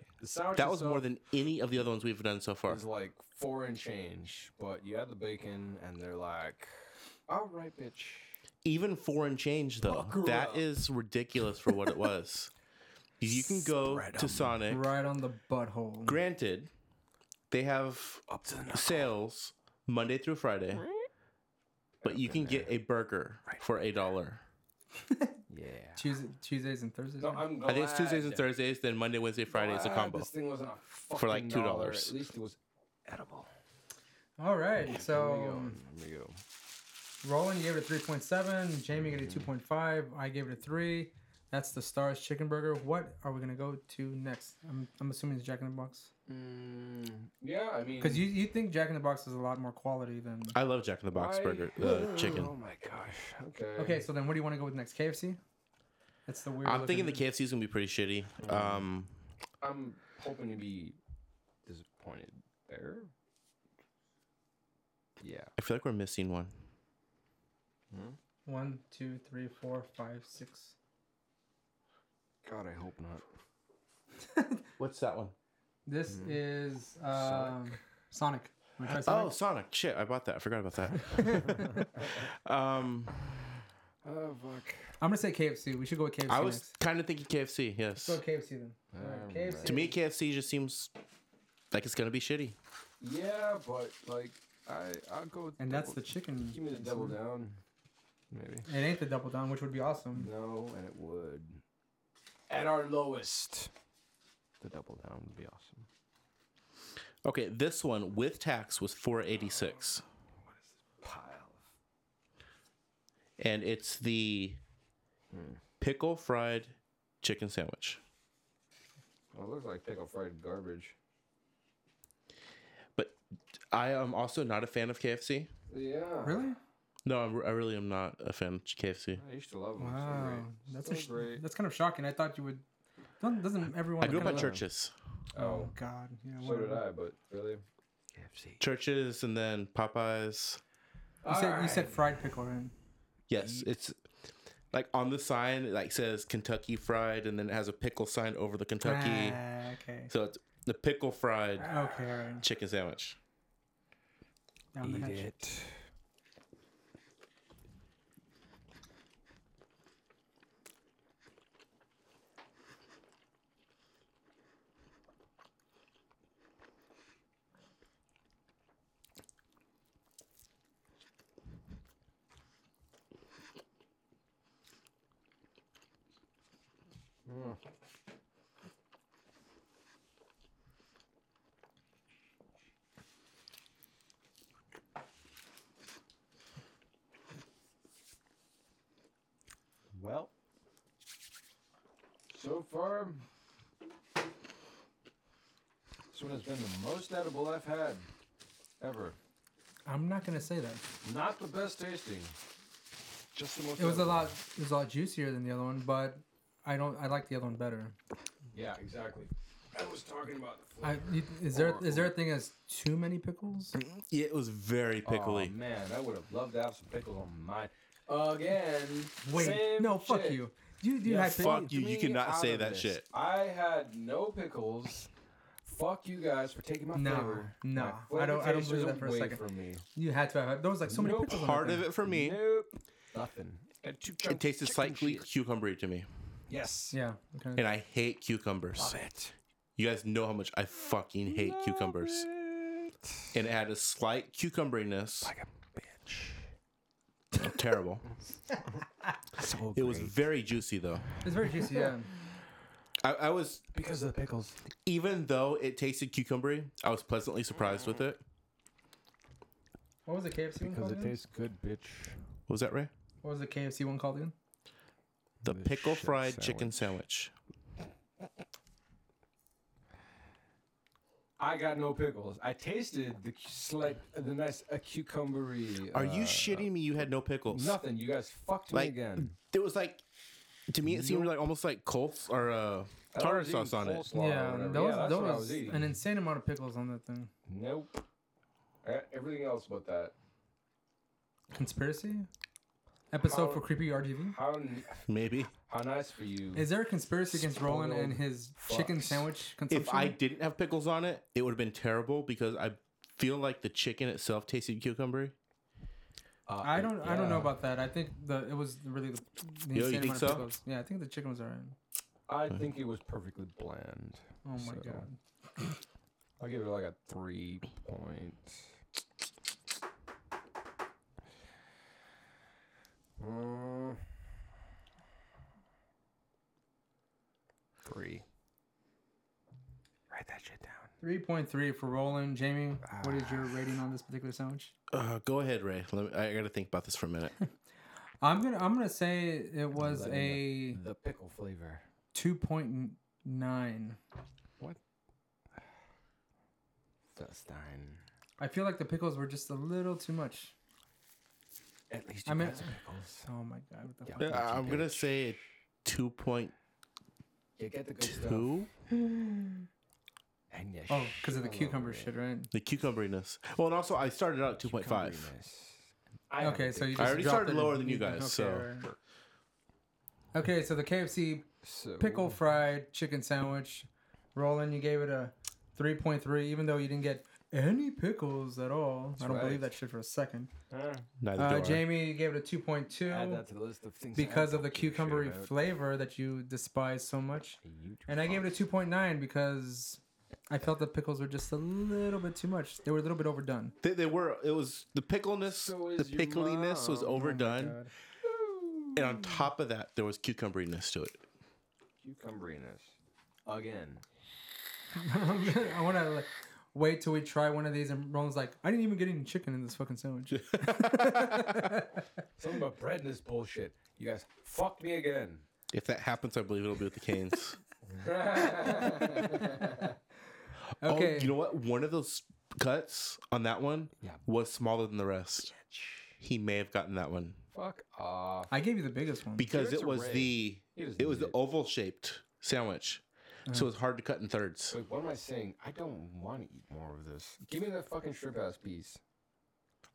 C: that was more than any of the other ones we've done so far.
A: was like four and change, but you had the bacon, and they're like, "All right, bitch."
C: Even foreign change though,
A: Buckle
C: that
A: up.
C: is ridiculous for what it was. you can go
A: Spread
C: to
A: 'em.
C: Sonic.
B: Right on the butthole.
C: Granted, they have
A: Up to the
C: sales Monday through Friday, but you can get a burger for a dollar.
A: Yeah.
B: Tuesday, Tuesdays and Thursdays.
A: No,
B: right?
A: I'm
C: I think it's Tuesdays and
A: glad-
C: Thursdays, then Monday, Wednesday, Friday is a
A: glad
C: combo.
A: This thing wasn't a fucking
C: For, like,
A: dollar.
C: $2.
A: At least it was edible.
B: All right,
A: Here
B: so
A: we go. Here we go.
B: Roland gave it a three point seven. Jamie gave it a two point five. I gave it a three. That's the Stars Chicken Burger. What are we gonna go to next? I'm, I'm assuming it's Jack in the Box
A: Mm, yeah, I mean,
B: because you, you think Jack in the Box is a lot more quality than.
C: I love Jack in the Box
A: why- <gasps>
C: burger, the chicken.
A: Oh my gosh. Okay.
B: Okay, so then what do you want to go with next? KFC. That's the weird.
C: I'm thinking the
B: looking-
C: KFC is gonna be pretty shitty. Um,
A: I'm hoping to be disappointed there. Yeah.
C: I feel like we're missing one.
B: One, two, three, four, five, six.
A: God, I hope not.
C: What's that one?
B: This is um, Sonic. Wanna try
C: Mm-hmm. Oh,
B: Sonic?
C: Sonic! Shit, I bought that. I forgot about that. <laughs> um,
A: Oh fuck.
B: I'm gonna say KFC. We should go with KFC
C: I was
B: next.
C: kind of thinking KFC. Yes.
B: Let's go KFC then. All right,
A: Alright.
B: KFC.
C: To me, KFC just seems like it's gonna be shitty.
A: Yeah, but like I I'll go.
B: And that's the
A: double-
B: chicken.
A: Give me the double down, maybe.
B: It ain't the double down, which would be awesome.
A: No, and it would. At our lowest, the double down would be awesome.
C: Okay, this one with tax was 486,
A: Pile.
C: and it's the pickle fried chicken sandwich.
A: Well, it looks like pickle fried garbage.
C: I am also not a fan of KFC.
A: Yeah.
B: Really?
C: No, I'm, I really am not a fan of KFC.
A: I used to love them.
B: Wow,
A: That's
B: that's
A: so
B: a
A: great.
B: sh-
A: So great.
B: that's kind of shocking. I thought you would. Don't, doesn't everyone?
C: I grew up
B: kind
C: at
B: of-
C: churches,
A: Oh,
B: Oh God, yeah.
A: so did
B: whatever.
A: I, but really.
C: churches, and then Popeyes.
B: You said you said fried pickle, right?
C: Yes, it's like on the sign. It like says Kentucky Fried, and then it has a pickle sign over the Kentucky.
B: Ah, okay.
C: So it's the pickle fried
B: Okay, all right.
C: chicken sandwich.
B: Down the hatch.
A: it. Well, so far, this one has been the most edible I've had ever.
B: I'm not gonna say that.
A: Not the best tasting, just the most.
B: It was a
A: edible.
B: lot. It was a lot juicier than the other one, but I don't. I like the other one better.
A: Yeah, exactly. I was talking about the
B: I,
A: flavor.
B: you- is there is there a thing as too many pickles?
C: Yeah, it was very pickly.
A: Aw, Oh, man, I would have loved to have some pickles on mine. Again.
B: Wait,
A: same
B: no, fuck
A: shit.
B: you. You you
A: Yeah,
B: had pickles.
C: fuck you.
A: Get me
C: cannot
A: out
C: say
A: of
C: that
A: this.
C: shit.
A: I had no pickles. Fuck you guys for taking my
B: No,
A: flavor.
B: no,
A: My
B: I don't- I don't
A: flavor
B: believe that
A: tastes
B: for a
A: away
B: second.
A: From me.
B: You had to have. There was like so many
A: Nope.
B: pickles. on that
C: Part of
B: thing.
C: it for me,
A: Nope. Nothing.
C: it tasted slightly cucumbery to me,
A: Yes.
B: Yeah. Okay.
C: and I hate cucumbers.
A: it.
C: You guys know how much I fucking hate cucumbers. And it had a slight cucumberiness. <laughs>
A: Like a bitch.
C: Terrible.
A: So
C: It was very juicy though.
B: It's very juicy. Yeah.
C: I, I was
A: because of the pickles.
C: even though it tasted cucumbery, I was pleasantly surprised with it.
B: What was the KFC one called? again?
A: good, bitch.
C: What was that Ray?
B: What was the KFC one called again?
C: The
A: The
C: pickle
A: shit
C: fried chicken sandwich.
A: I got no pickles. I tasted the cu- slight, the nice uh, cucumbery.
C: Are
A: uh,
C: you shitting me? You had no pickles.
A: Nothing. You guys fucked
C: Like,
A: me again.
C: It was like to me it seemed like almost like coles or uh
A: I thought I
C: tartar
A: was eating
C: sauce on it.
A: coleslaw or
B: yeah.
A: whatever.
B: That was,
A: that's
B: that
A: what I
B: was,
A: was eating.
B: an insane amount of pickles on that thing.
A: Nope. E- Everything else but that.
B: Conspiracy. Episode
A: How-
B: for creepy RGV.
A: How n-
C: Maybe.
A: how nice for you.
B: Is there a conspiracy against Roland and
A: Spoiled
B: his chicken
A: fucks.
B: sandwich consumption?
C: If I didn't have pickles on it, it would have been terrible because I feel like the chicken itself tasted cucumbery.
A: Uh,
B: I don't, I don't know
A: yeah.
B: about that. I think the it was really the, the
C: Yo, you
B: insane
C: think
B: amount
C: so?
B: of pickles. Yeah, I think the chicken was alright.
A: I think it was perfectly bland.
B: Oh my
A: So-
B: god.
A: I'll give it like a three point. Mm. Three. Write that shit down.
B: Three point three for Roland. Jamie, what is your rating on this particular sandwich?
C: Uh, go ahead, Ray. Let me, I gotta think about this for a minute.
B: I'm gonna I'm gonna say it was
A: Let
B: a
A: The pickle flavor.
B: two point nine.
A: Festine.
B: I feel like the pickles were just a little too much.
A: At least
B: I
A: you
B: mean-
A: got some pickles.
B: Oh my god, what the
A: Yeah.
B: fuck?
C: Uh, I'm gonna say two point
A: You get the good stuff.
C: two.
A: And you
B: Oh, because of
A: shit all over
B: the cucumber
A: it.
B: shit, right?
C: The cucumberiness. Well, and also I started out at two point five.
A: Cucumberiness. I haven't
B: Okay, so you
A: picked
B: just
C: I already
B: dropped
C: started
B: it
C: lower
B: and
C: than you
B: didn't-
C: guys,
B: okay,
C: so-
B: alright. Okay, so the KFC
A: So-
B: pickle fried chicken sandwich. Roland, you gave it a 3.3, even though you didn't get any pickles at all. I don't
A: right.
B: believe that shit for a second.
A: Uh,
C: Neither
B: Uh,
C: do I.
B: Jamie, you gave it a
A: add
B: 2.2
A: that to the list of things. I
B: because of the
A: don't give a shit
B: cucumbery
A: about.
B: flavor that you despise so much.
A: You two
B: And I gave
A: fucks.
B: it a 2.9 because I felt the pickles were just a little bit too much. They were a little bit overdone.
C: They, they were. It was the pickleness.
A: So
C: the
A: is your
C: pickliness was
A: mom. Oh my
C: overdone, and on top of that, there was cucumberiness to it.
A: cucumberiness again.
B: <laughs> I want to like, wait till we try one of these, and Roland's like, I didn't even get any chicken in this fucking
C: <laughs>
B: sandwich. <laughs>
A: Something about bread and this bullshit. You guys fucked me again.
B: <laughs>
A: <laughs>
C: If that happens, I believe it'll be with the Canes.
A: I
B: Okay.
C: Oh, you know what? One of those cuts on that one
A: Yeah.
C: was smaller than the rest. He may have gotten that one
A: Fuck off.
B: I gave you the biggest one.
C: because
D: Yours
C: it
D: are
C: was
D: red.
C: the
A: He doesn't
C: it was
A: need
C: the oval shaped sandwich, so it's hard to cut in thirds.
A: Wait, what am I saying? I don't want to eat more of this. Give me that fucking shrimp ass piece.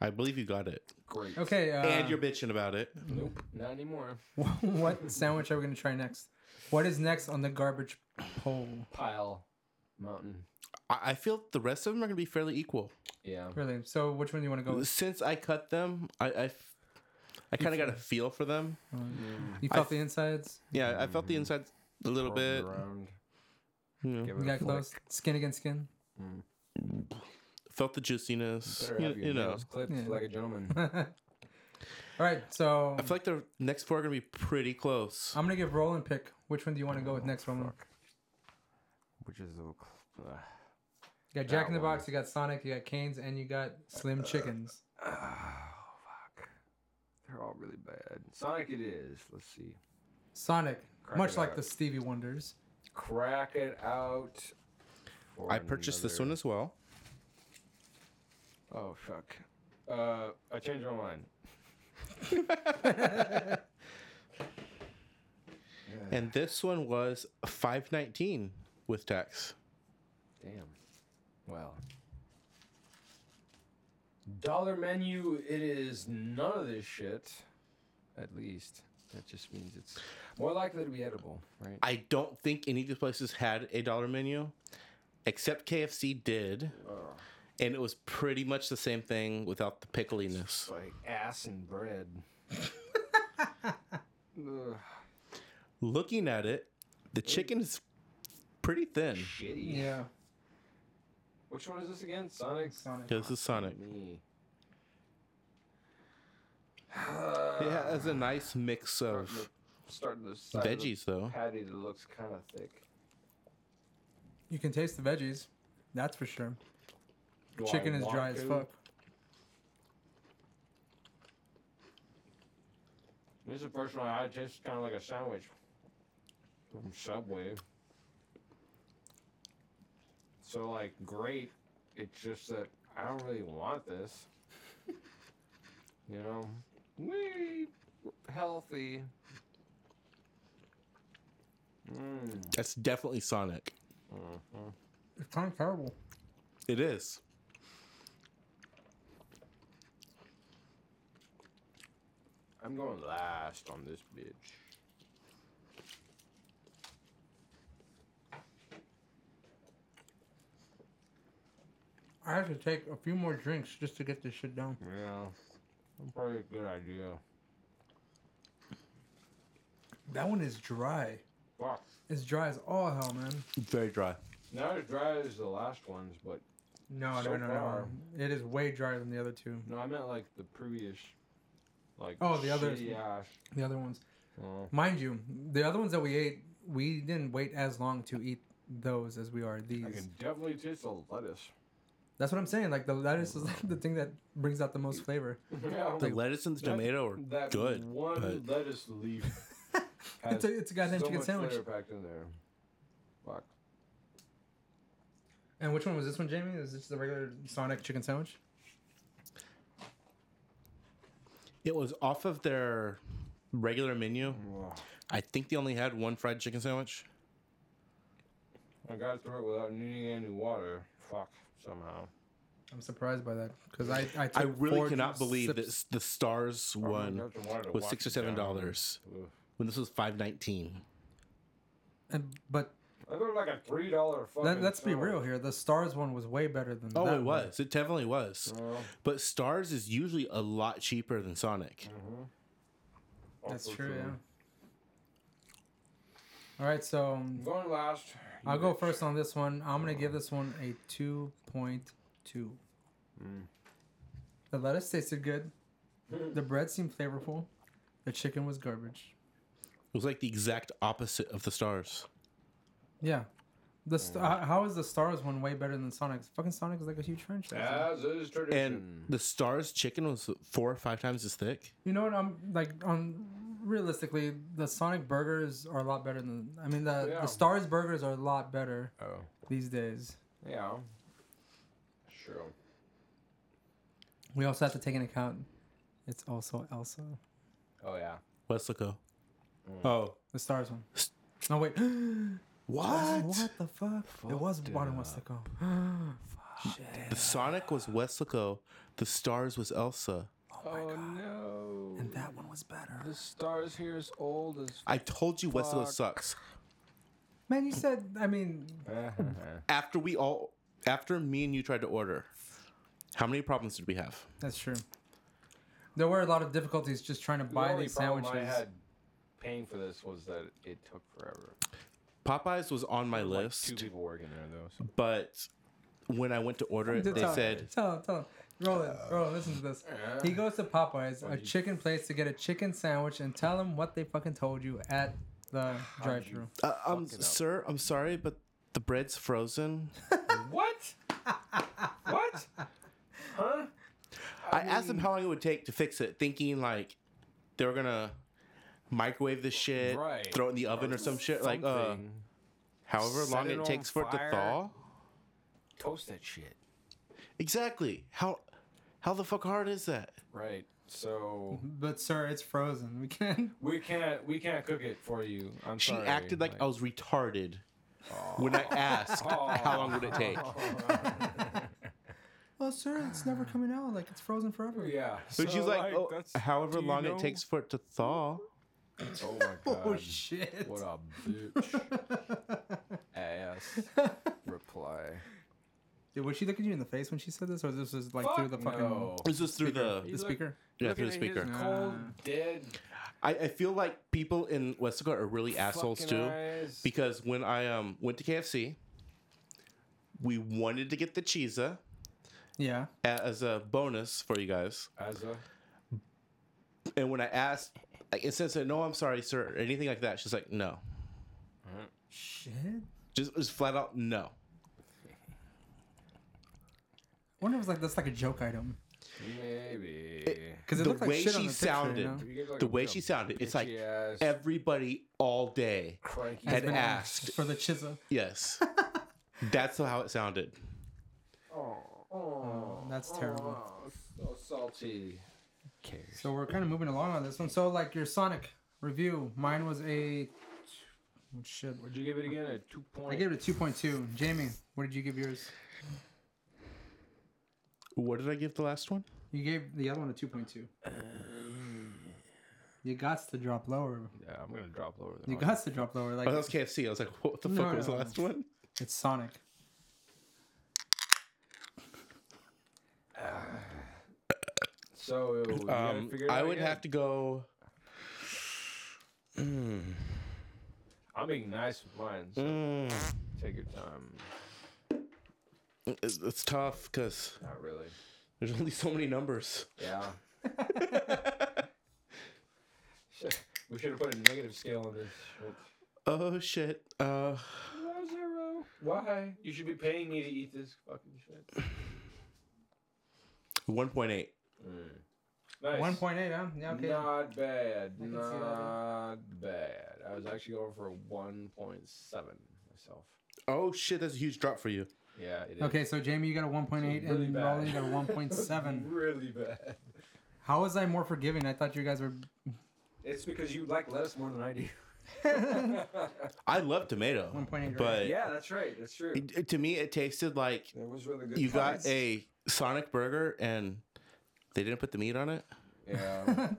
C: I believe you got it,
A: Great.
B: okay. Uh,
C: and you're bitching about it.
A: Nope. Not anymore.
B: <laughs> what sandwich are we gonna try next? What is next on the garbage pole?
A: Pile. Mountain.
C: I, I feel the rest of them are gonna be fairly equal.
A: Yeah.
B: Really? So which one do you want to go
A: Oh.
B: with?
C: Since I cut them, I I, kind of got a feel for them.
B: You felt the insides.
C: Yeah, I felt the
A: Mm-hmm.
C: inside a little
A: Roll it
C: bit.
A: Around.
C: Yeah.
A: Give
B: We
A: it
B: got
A: a flick.
B: close. Skin against skin. <laughs>
C: Felt the juiciness.
A: Better
C: You,
A: have your
C: you know,
A: nails clipped
B: Yeah.
A: like a gentleman.
B: All right. So
C: I feel like the next four are gonna be pretty close.
B: I'm gonna give Roland pick. Which one do you want to go with next, Roland?
A: Fuck. <laughs> Which is the. Uh,
B: You got Jack
A: That
B: in the Box.
A: one.
B: You got Sonic. You got Canes, and you got
C: Uh,
B: Slim Chickens.
A: oh, fuck. They're all really bad. Sonic it is. Let's see.
B: Sonic,
A: Crack
B: much
A: it
B: like
A: out.
B: the Stevie Wonders.
A: Crack it out. for
C: I purchased this
A: another-
C: one as well.
A: Oh fuck. Uh, I changed my <laughs>
B: <laughs>
A: mind.
C: And this one was five nineteen with tax.
A: Damn. Well. Dollar menu. It is none of this shit. At least that just means it's more likely to be edible, right?
C: I don't think any of these places had a dollar menu, except KFC did,
A: Ugh.
C: and it was pretty much the same thing without the
A: It's
C: pickliness.
A: like ass and <laughs> bread. Ugh,
C: Looking at it, the chicken is pretty thin.
A: shitty.
B: Yeah.
A: Which one is this again? Sonic's.
B: Sonic.
C: This is Sonic.
A: <sighs> Me.
C: It has a nice mix
A: Starting
C: of
A: the, starting the side of the
C: veggies, though.
A: patty that looks kind of thick.
B: You can taste the veggies. That's for sure.
A: Do I
B: Chicken is
A: want
B: dry as
A: to?
B: fuck.
A: This is the first one I had. Tastes kind of like a sandwich from Subway. So like great. It's just that I don't really want <laughs> this. you know, we healthy. Mm.
C: That's definitely Sonic.
B: It's kind of terrible.
C: It is.
A: I'm going last on this bitch.
B: I have to take a few more drinks just to get this shit down.
A: Yeah, probably a good idea.
B: That one is dry.
A: Fuck.
B: It's dry as all hell, man.
C: Very dry.
A: Not as dry as the last ones, but
B: No,
A: So
B: no, no, no.
A: far.
B: It is way drier than the other two.
A: no, I meant like the previous, like
B: Oh, the others.
A: Yeah,
B: The other ones,
A: Oh.
B: mind you, the other ones that we ate, we didn't wait as long to eat those as we are these.
A: I can definitely taste the lettuce. <laughs>
B: That's what I'm saying. Like the lettuce is <laughs> like the thing that brings out the most flavor. <laughs>
A: yeah,
C: The lettuce and the tomato are
A: that
C: good,
A: one lettuce leaf. has
B: <laughs> It's a, it's a goddamn
A: so
B: chicken
A: much
B: sandwich.
A: flavor packed in there. Fuck.
B: And which one was this one, Jamie? Is this the regular Sonic chicken sandwich?
C: It was off of their regular menu.
A: Ugh.
C: I think they only had one fried chicken sandwich.
A: I got through it without needing any water. Fuck. Somehow.
B: I'm surprised by that because I I,
C: I
B: took
C: really
B: four
C: cannot
B: sips-
C: believe that s- the stars
A: I
C: one
A: got some water to
C: was
A: wash
C: six or
A: it
C: seven
A: down.
C: dollars
A: Ugh.
C: when this was five nineteen.
B: And, but
A: I got like a three dollar fucking.
B: let, let's be
A: sandwich.
B: real here. The stars one was way better than.
C: Oh,
B: that
C: it
B: one.
C: was. It definitely was.
A: Well,
C: But stars is usually a lot cheaper than Sonic.
A: Mm-hmm.
B: That's
A: also
B: true. Yeah. All right, so um,
A: I'm going last. you
B: I'll go
A: bitch.
B: first on this one. I'm gonna give this one a two point two.
A: Mm.
B: The lettuce tasted good. The bread seemed flavorful. The chicken was garbage.
C: It was like the exact opposite of the stars.
B: Yeah. The st- h- how is the Star Wars one way better than Sonic's? Fucking Sonic is like a huge franchise.
A: As is tradition.
C: And the stars chicken was four or five times as thick.
B: You know what? I'm like on realistically, the Sonic burgers are a lot better than. I mean, the
A: Yeah.
B: the Stars burgers are a lot better
A: oh.
B: these days.
A: Yeah. True.
B: We also have to take into account it's also Elsa,
A: Oh yeah.
C: Weslaco. Oh,
B: the stars one. <gasps> No wait,
C: <gasps> what?
B: what the fuck? it was Modern <gasps> Westico.
C: The Sonic was Weslaco. The Stars was Elsa.
A: Oh, no.
B: And that one was better.
A: the stars here is old <laughs> as.
C: I told you Weslaco
A: Fuck.
C: sucks.
B: Man, you said. I mean,
A: <laughs>
C: After we all, after me and you tried to order, how many problems did we have?
B: that's true. There were a lot of difficulties just trying to
A: My
B: buy
A: only
B: these
A: problem
B: sandwiches.
A: I
B: <laughs>
A: had paying for this was that it took forever.
C: Popeyes was on my
A: Two
C: list,
A: people working there though. So.
C: but when I went to order it,
B: Dude,
C: they
B: tell him,
C: said
B: "Tell him, tell him." Roland,
A: Uh,
B: Roland, listen to this. He goes to Popeyes, a
A: you-
B: chicken place, to get a chicken sandwich, and tell him what they fucking told you at the drive-through.
C: Uh, um,
A: Fuck it up.
C: sir, I'm sorry, but the bread's frozen.
A: What? what? Huh?
C: I, asked them how long it would take to fix it, thinking like they were gonna microwave the shit,
A: Right.
C: throw it in the oven or some shit. Like, uh,
A: Something.
C: however
A: Set
C: long
A: it
C: it
A: on
C: takes for it to
A: fire.
C: thaw.
A: toast that shit.
C: Exactly. How how the fuck hard is that?
A: Right. So
B: But sir, it's frozen. We can't.
A: <laughs> we can't we can't cook it for you. I'm
C: She
A: sorry.
C: acted like, I was retarded when I
A: <laughs>
C: asked
A: Oh.
C: how long would it take.
B: <laughs> Well, sir, it's never coming out. Like it's frozen forever.
A: Oh, Yeah.
C: But she's like, oh, <laughs>
A: that's-
C: however
A: do you
C: long
A: know?"
C: it takes for it to thaw.
A: Oh my god.
B: Oh shit. <laughs>
A: What a bitch. Ass. Reply.
B: Dude, was she looking you in the face when she said this, or this was like
A: Fuck
B: through the fucking
A: no.
C: This is through the
B: the
A: look-
B: speaker?
C: yeah
A: Look
C: through the
A: at his
C: speaker.
A: Cold, dead
C: I, I feel like people in Westaco are really assholes
A: fucking
C: too.
A: eyes.
C: because when I um went to KFC, we wanted to get the cheesa
B: Yeah.
C: as a bonus for you guys.
A: As a
C: And when I asked, like, instead of saying, "No, I'm sorry, sir," or anything like that, she's like, "No,"
B: Shit.
C: just just flat out no.
B: wonder if it's like that's like a joke item.
A: maybe.
B: Because it
C: The
B: looked like
C: way
B: shit on the
C: she
B: picture, you
C: sounded,
B: know?
A: You get like
C: the
A: a
C: way
A: real
C: she sounded, it's like
A: bitchy ass,
C: everybody all day
A: cranky
C: had
A: fuck.
C: asked.
B: for the chisel.
C: Yes, <laughs> that's how it sounded.
B: Oh, that's terrible.
A: Oh, so salty.
B: So we're kind of moving along on this one. So like your Sonic review, mine was a Oh, shit.
A: Would you give it again? A two point.
B: I gave it a two point two. Jamie, what did you give yours?
C: What did I give the last one?
B: You gave the other one a two point two. You got to drop lower.
A: Yeah, I'm gonna drop lower. Than
B: You
A: mine.
B: got to drop lower. Like
C: Oh, that was KFC. I was like, "What the fuck
B: No,
C: was the
B: no, no.
C: last one?"
B: it's
A: <laughs>
B: Sonic.
A: So you gotta
C: Um,
A: figure it
C: I
A: out
C: would
A: again.
C: have to go.
A: I'm being nice with mine. So
C: Mm,
A: Take your time.
C: it's, it's tough because
A: Not really.
C: there's only so
A: <laughs>
C: many numbers.
A: Yeah. Shit, we should have put a negative scale on this. Shit.
C: Oh shit. Uh,
A: Zero, zero. Why? You should be paying me to eat this fucking shit.
C: one point eight.
A: Nice.
B: Mm. One point eight, huh? Yeah, okay.
A: Not bad.
B: see that, yeah.
A: Not bad. I was actually going for a 1.7 myself.
C: Oh shit, that's a huge drop for you.
A: Yeah, it is.
B: Okay, so Jamie, you got a one point eight,
A: Really
B: and
A: bad.
B: Roland got a one point seven.
A: <laughs> really bad.
B: How was I more forgiving? I thought you guys were.
A: It's because you like lettuce more than I
B: <laughs>
A: do.
C: I love tomato,
B: 1.8, right?
C: but
A: Yeah, that's right. That's true.
C: it- it- to me it tasted like
A: It was really good.
C: you got
A: Nice.
C: a Sonic burger and they didn't put the meat on it.
A: Yeah.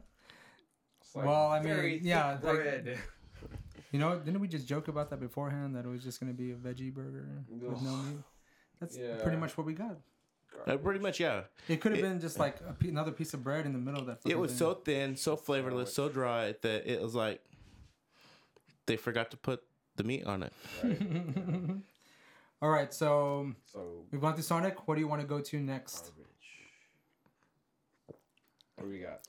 A: It's like
B: Well, I mean,
A: very thick
B: yeah, like-
A: bread.
B: <laughs> You know, didn't we just joke about that beforehand that it was just gonna be a veggie burger with no meat? That's
A: Yeah.
B: pretty much what we got.
C: Uh, pretty much, yeah.
B: It could have been just like a, pe- another piece of bread in the middle of that.
C: It
B: fucking
C: was
B: thing.
C: so <laughs> thin, so flavorless, so dry that it was like they forgot to put the meat on it.
B: <laughs> All right, so
A: so
B: we've gone through Sonic. What do you want to go to next?
A: garbage. What do we got?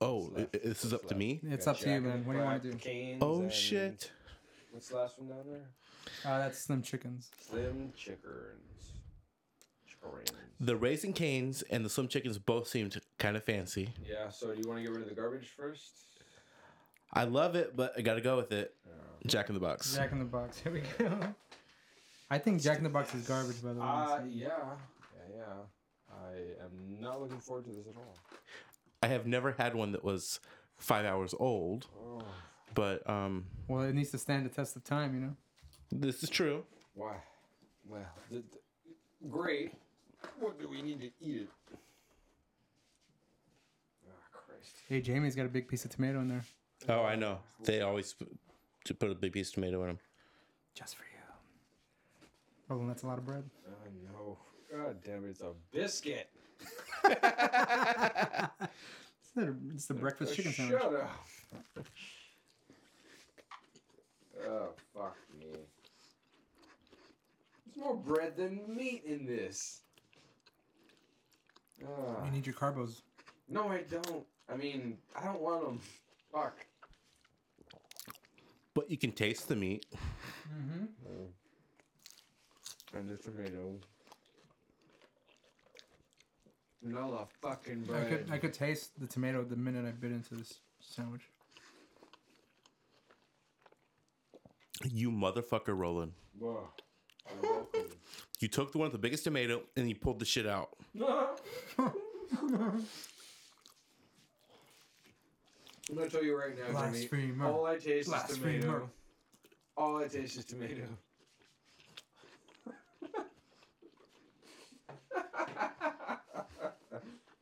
C: Oh,
A: What's left?
C: i- i- this
A: What's
C: is up to
A: left?
C: me.
B: It's up to you, man. What do you want to do?
A: do?
C: Oh shit.
A: What's the last one down there?
B: Uh, that's Slim Chickens.
A: Slim chickens. Chickens.
C: The raisin canes and the slim chickens both seemed kind of fancy.
A: Yeah, so do you want to get rid of the garbage first?
C: I love it, but I gotta go with it. Jack in the Box.
B: Jack in the Box. Here we go. I think Jack in the Box is garbage, by the way.
A: Uh,
B: so-
A: yeah. Yeah, yeah. not looking forward to this at all.
C: I have never had one that was five hours old,
A: Oh,
C: but um,
B: Well, it needs to stand the test of time, you know.
C: this is true.
A: Why? Well, the, the, great. What do we need to eat it? Ah, Christ.
B: Hey, Jamie's got a big piece of tomato in there.
C: Oh, I know. They always p- to put a big piece of tomato in them.
B: Just for you. Oh, and that's a lot of <laughs> bread.
A: I know. God damn it, it's a biscuit.
B: It's the, it's the breakfast chicken sandwich.
A: Shut up. oh, fuck me. There's more bread than meat in this. Ah.
B: You need your carbos.
A: no, I don't. I mean, I don't want them. Fuck.
C: But you can taste the meat.
B: Mm-hmm.
A: And the tomato. Not a fucking
B: I
A: bread.
B: could I could taste the tomato the minute I bit into this sandwich.
C: You motherfucker, Roland.
A: Whoa. I woke him.
C: You took the one with the biggest tomato and you pulled the shit out.
A: I'm gonna tell you right now, Jimmy.
B: Blasphemer.
A: All I taste is
B: Blasphemer.
A: tomato. All I taste is <laughs> tomato.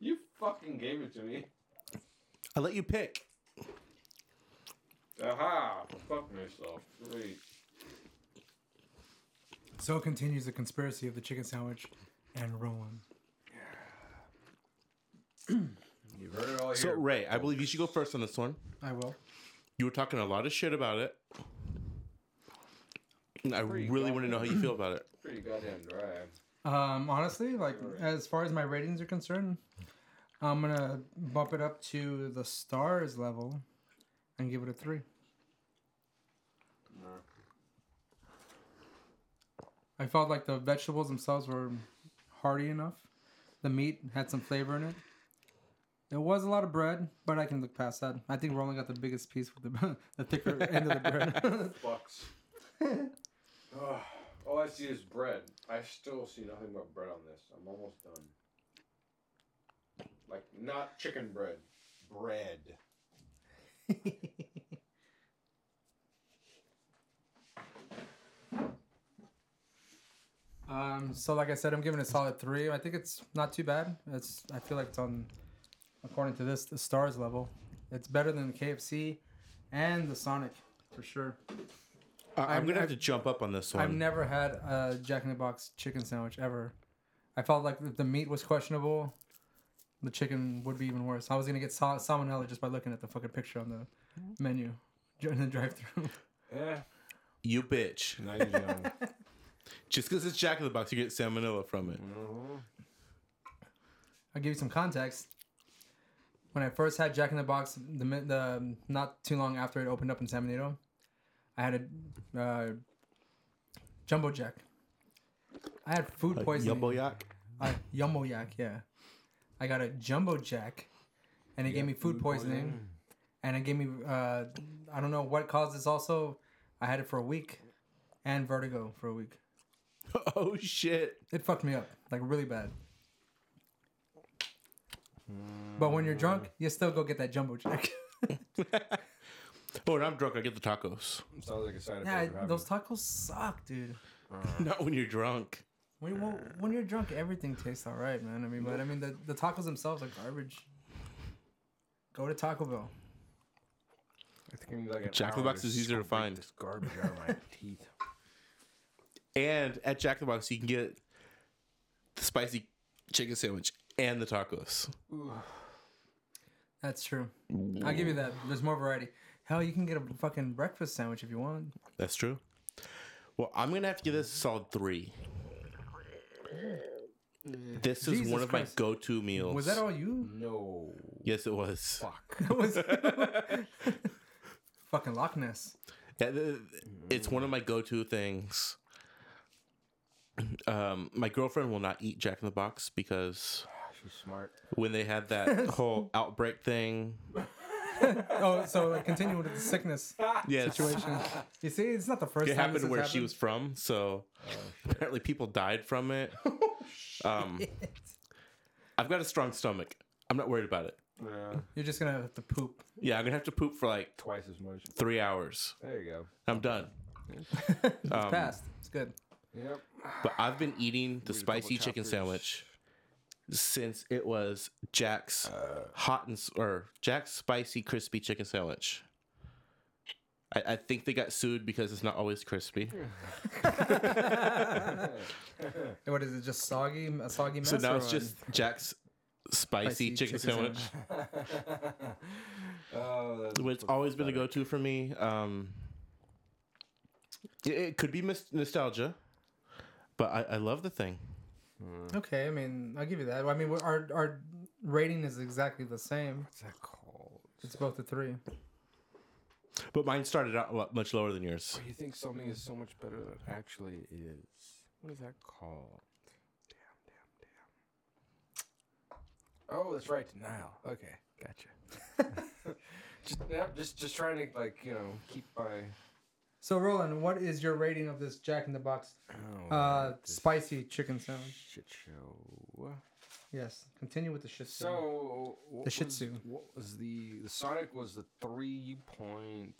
A: you fucking gave it to me.
C: I let you pick.
A: Aha! Fuck myself. Great.
B: So continues the conspiracy of the chicken sandwich and Roland.
A: You heard it all here.
C: So, Ray, I believe you should go first on this one.
B: I will.
C: You were talking a lot of shit about it. And I
A: Pretty
C: really
A: good.
C: want to know how you feel about it.
A: Pretty goddamn dry.
B: Um, honestly, like as far as my ratings are concerned, I'm gonna bump it up to the stars level and give it a three. I felt like the vegetables themselves were hearty enough. The meat had some flavor in it. There was a lot of bread, but I can look past that. I think Roland got the biggest piece with the, <laughs> the thicker end of the bread. <laughs>
A: Bucks. Ugh. all I see is bread. I still see nothing but bread on this. I'm almost done. Like not chicken bread, bread.
B: Um, so like I said, I'm giving it a solid three. I think it's not too bad. It's I feel like it's on, according to this, the stars level. It's better than the KFC, and the Sonic, for sure.
C: I, I'm
B: I'm-
C: going to have
B: I've-
C: to jump up on this
B: I've
C: one.
B: never had a Jack in the Box chicken sandwich ever. I felt like if the meat was questionable, the chicken would be even worse. I was gonna get sal- salmonella just by looking at the fucking picture on the menu <laughs> during the drive-through.
A: Yeah.
C: you bitch.
A: Now you're <laughs> done.
C: Just because it's Jack in the Box, you get salmonella from it.
A: Mm-hmm.
B: I'll give you some context. When I first had Jack in the Box, the, mi- the not too long after it opened up in San Benito, I had a uh, jumbo jack. I had food
C: Like
B: poisoning.
C: Yumbo Yak. <laughs>
B: Uh, Yumbo Yak, yeah. I got a Jumbo Jack, and it gave me food poisoning, and it gave me uh, I don't know what caused this. Also, I had it for a week, and vertigo for a week.
C: oh, shit.
B: It fucked me up like really bad. But when you're drunk, you still go get that Jumbo Jack.
C: Oh, and I'm drunk. I get the tacos. <laughs>
A: Sounds like a
B: <laughs>
A: side
B: yeah,
A: effect. of
B: those tacos suck, dude.
C: Not when you're drunk.
B: When, when, when you're drunk, everything tastes all right, man. I mean, but I mean, the, the tacos themselves are garbage. Go to Taco Bell.
A: having- like an
C: Jack in the
A: hour
C: Box
A: to
C: is easier to
A: squeak
C: find.
A: This garbage out of
C: <laughs>
A: my teeth.
C: And at Jack in the Box, you can get the spicy chicken sandwich and the tacos.
B: That's true. I'll give you that. There's more variety. Hell, you can get a fucking breakfast sandwich if you want.
C: That's true. Well, I'm gonna have to give this a solid three. This is
B: Jesus
C: one of
B: Christ.
C: my go-to meals.
B: Was that all you?
A: No.
C: Yes, it was.
A: Fuck.
B: <laughs> That was <laughs> fucking Loch Ness.
C: Yeah, th- th- uh, It's one of my go-to things. Um, my girlfriend will not eat Jack in the Box because
A: She's smart.
C: when they
B: <laughs>
C: had that whole outbreak thing,
B: Oh, so like continuing with the
C: <laughs>
B: sickness
C: yes,
B: situation. You see, it's not the first
C: it
B: time this
C: happened
B: has Oh,
C: where
B: <laughs>
C: she was from. So apparently, people died from it. um, I've got a strong stomach. I'm not worried about it.
A: Yeah.
B: You're just gonna have to poop. <laughs>
C: Yeah, I'm gonna have to poop for
A: <laughs>
C: like
A: Twice as much.
C: three hours.
A: There you go.
C: I'm done.
B: It's
C: Um,
B: fast. It's good.
A: Yep.
C: But I've been eating the
A: Read a couple
C: spicy chicken
A: chapters.
C: sandwich since it was Jack's
A: Uh,
C: hot and s- or Jack's spicy crispy chicken sandwich. I, I think they got sued because it's not always crispy.
B: What is it? Just soggy, a soggy mess.
C: So now
B: or
C: it's
B: what?
C: just Jack's spicy,
B: Spicy
C: chicken,
B: chicken
C: sandwich,
A: <laughs> oh, that's
C: which has always been a go-to for me. Um, it, it could be mis- nostalgia, but I, I love the thing.
B: okay. I mean, I'll give you that. I mean, we're- our our rating is exactly the same.
A: what's that called?
B: It's both the three.
C: But mine started out a lot much lower than yours.
A: Where you think something is so much better than it actually is. What is that called? Damn, damn, damn. Oh, that's right, denial. Okay, gotcha. <laughs> just, yeah, just, just trying to like you know keep my.
B: So Roland, what is your rating of this Jack in the Box
A: Oh,
B: uh,
A: this
B: spicy chicken sandwich?
A: shit show.
B: Yes. Continue with the shit. sandwich.
A: So what
B: The Shih
A: was-
B: Tzu.
A: What was the the Sonic was the three point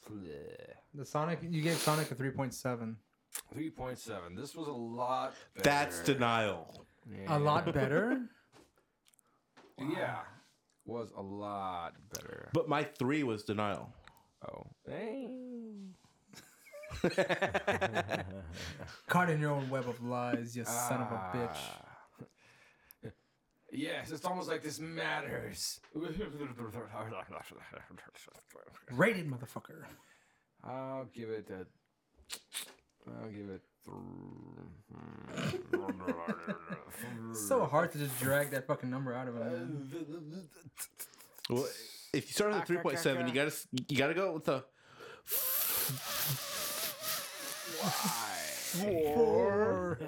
B: the Sonic, you gave Sonic a three point seven.
A: three point seven. This was a lot. Better.
C: That's denial.
A: Yeah.
B: A lot
A: <laughs>
B: better.
A: Yeah, was a lot better.
C: But my three was denial.
B: <laughs>
A: Oh. <laughs>
B: Caught in your own web of lies, you
A: Ah.
B: son of a bitch.
A: <laughs> Yes, it's almost like this matters. <laughs>
B: Rated motherfucker.
A: I'll give it a. I'll give it. <laughs>
B: It's so hard to just drag that fucking number out of it. Man.
C: Well, if you start with a three point seven, you gotta s- you gotta go with the
A: <laughs>
B: <laughs> Four.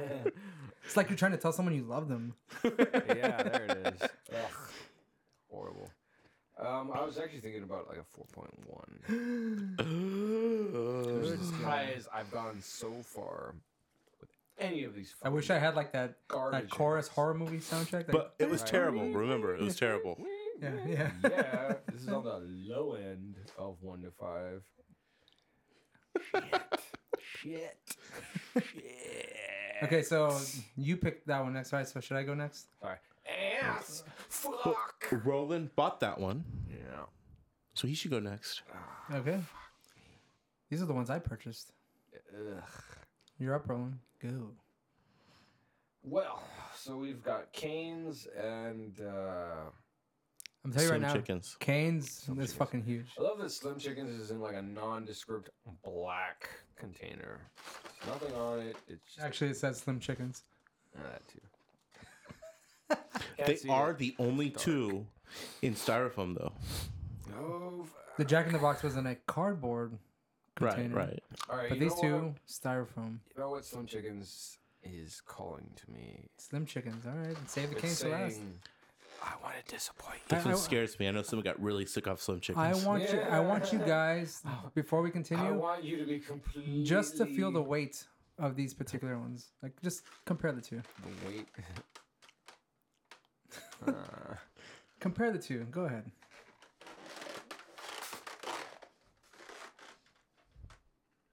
B: it's like you're trying to tell someone you love
A: <gasps>
B: them.
A: yeah, there it is. <laughs> Ugh, horrible. Um, I was actually thinking about like a four point one. As high as I've gone so far with any of these.
B: I wish
A: fucking
B: I had like that that
A: Garbage.
B: chorus horror movie soundtrack. That,
C: But it was terrible. Remember, it was terrible.
B: yeah, yeah.
A: yeah,
B: <laughs>
A: this is on the low end of one to five. Shit. Shit. Shit.
B: Okay, so you picked that one next, right? So should I go next?
A: Sorry. Ass. Fuck.
C: Roland bought that one,
A: Yeah.
C: so he should go next.
B: Okay. These are the ones I purchased.
A: Ugh.
B: You're up, Roland. Go.
A: Well, so we've got Canes and uh,
B: I'm telling you right
C: Slim
B: now,
C: chickens.
B: Canes is fucking huge.
A: I love that Slim Chickens is in like a nondescript black container. There's nothing on it. It's just
B: Actually, it says Slim Chickens.
A: Ah, that too. Can't
C: They
A: see
C: are
A: it.
C: the only two in styrofoam, though.
A: Oh, f-
B: The Jack in the Box was in a cardboard
C: Right,
B: container.
C: right.
A: all right.
B: But
A: you
B: these
A: know
B: two,
A: What?
B: styrofoam.
A: You know what Slim Chickens is calling to me?
B: Slim Chickens. All right. Save the
A: It's
B: canes for last.
A: saying, I want to disappoint you.
C: That's
B: I-
C: what
B: I-
C: scares me. I know someone got really sick off Slim
B: I
C: chickens.
B: want you. I want you guys before we
A: Oh. I
B: continue,
A: want you to be completely
B: just to feel the weight of these particular ones. Like just compare the two.
A: <laughs> the weight. <laughs> Uh,
B: Compare the two. Go ahead.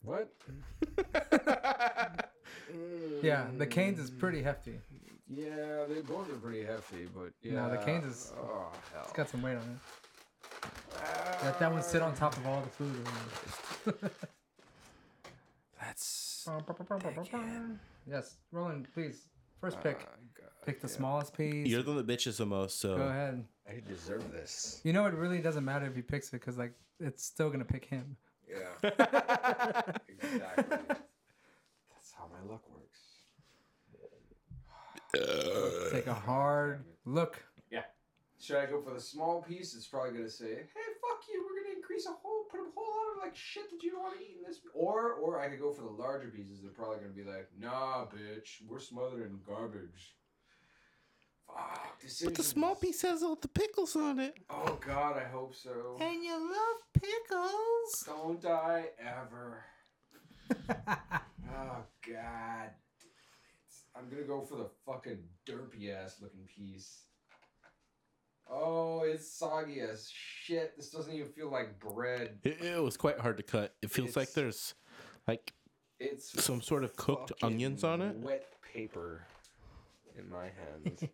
A: what?
B: <laughs> Yeah, the canes is pretty hefty.
A: Mm, Yeah, they both are pretty hefty, but yeah.
B: No, the canes is-
A: Oh hell.
B: It's got some weight on it. Let that one sit on top of all the food.
A: <laughs> That's.
B: around. yes, Roland, please. First pick.
A: Oh, God.
B: Pick the smallest piece.
C: You're the one that bitches the most, so
B: Go ahead.
A: I deserve
B: <laughs>
A: this.
B: You know it really doesn't matter if he picks it because like it's still gonna pick him.
A: Yeah. exactly. That's how my luck works.
B: Take a hard look. <laughs>
A: Should I go for the small piece? It's probably gonna say, "Hey, fuck you! We're gonna increase a whole, put a whole lot of like shit that you don't want to eat in this." Or, or I could go for the larger pieces. They're probably gonna be like, "Nah, bitch, we're smothered in garbage." Fuck.
C: But the small
A: decisions.
C: piece has all the pickles on it.
A: Oh God, I hope so.
C: And you love pickles.
A: Don't die ever. oh God. I'm gonna go for the fucking derpy ass looking piece. oh, it's soggy as shit. This doesn't even feel like bread.
C: It, it was quite hard to cut. It feels like
A: It's-
C: there's like
A: It's
C: some sort of cooked
A: fucking
C: onions on it.
A: Wet paper in my
C: <laughs>
A: hands.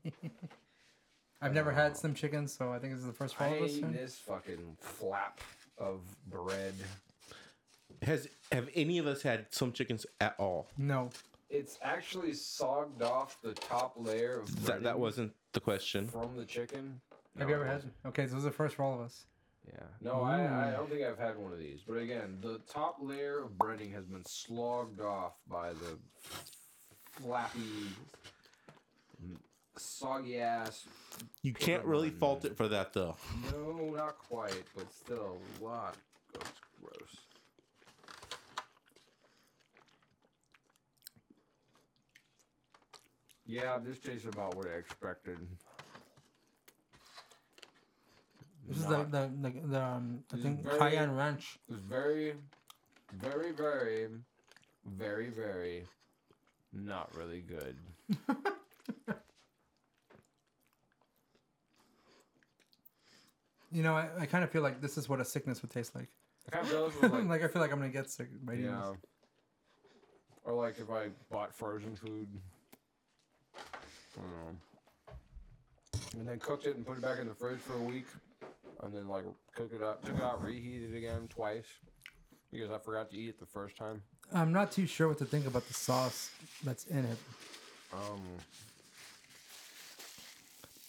B: I've never had some chicken, so I think this is the first one
A: I
B: of us.
A: need this fucking flap of bread.
C: Has have any of us had some chickens at all?
B: No.
A: It's actually sogged off the top layer of
C: That that
A: breading
C: wasn't the question.
A: from the chicken. No,
B: Have you ever
A: it
B: had?
A: wasn't.
B: Okay, so this is the first for all of us.
A: Yeah. No,
C: Mm.
A: I, I don't think I've had one of these. But again, the top layer of breading has been slogged off by the flappy, m- soggy ass.
C: You can't really fault it for that though.
A: No, not quite, but still a lot. of gross. Yeah, this tastes about what I expected.
B: This
A: Not-
B: is the the the, the um, I
A: This is
B: think
A: very-
B: cayenne ranch.
A: It's very, very, very, very, very not really good.
B: You know, I, I kind of feel like this is what a sickness would taste like.
A: Like, I feel like,
B: <laughs> like, I feel like I'm gonna get sick by eating
A: yeah.
B: this.
A: Or like if I bought frozen food. I don't know. And then cooked it and put it back in the fridge for a week. And then like cook it up, took it out, reheated it again twice. Because I forgot to eat it the first time.
B: I'm not too sure what to think about the sauce that's in it.
A: Um,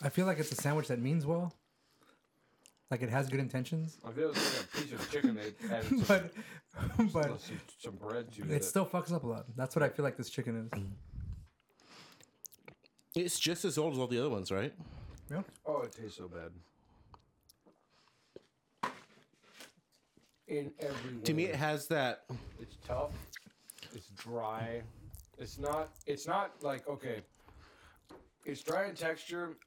B: I feel like it's a sandwich that means well. Like it has good intentions, <laughs>
A: I feel it's like a piece of chicken they added some,
B: but but
A: some, some bread to
B: it
A: it.
B: still fucks up a lot. That's what I feel like this chicken is.
C: It's just as old as all the other ones, right?
B: Yeah.
A: Oh, it tastes so bad. In every way.
C: To me, it has that.
A: it's tough. It's dry. It's not. It's not like okay. It's dry in texture,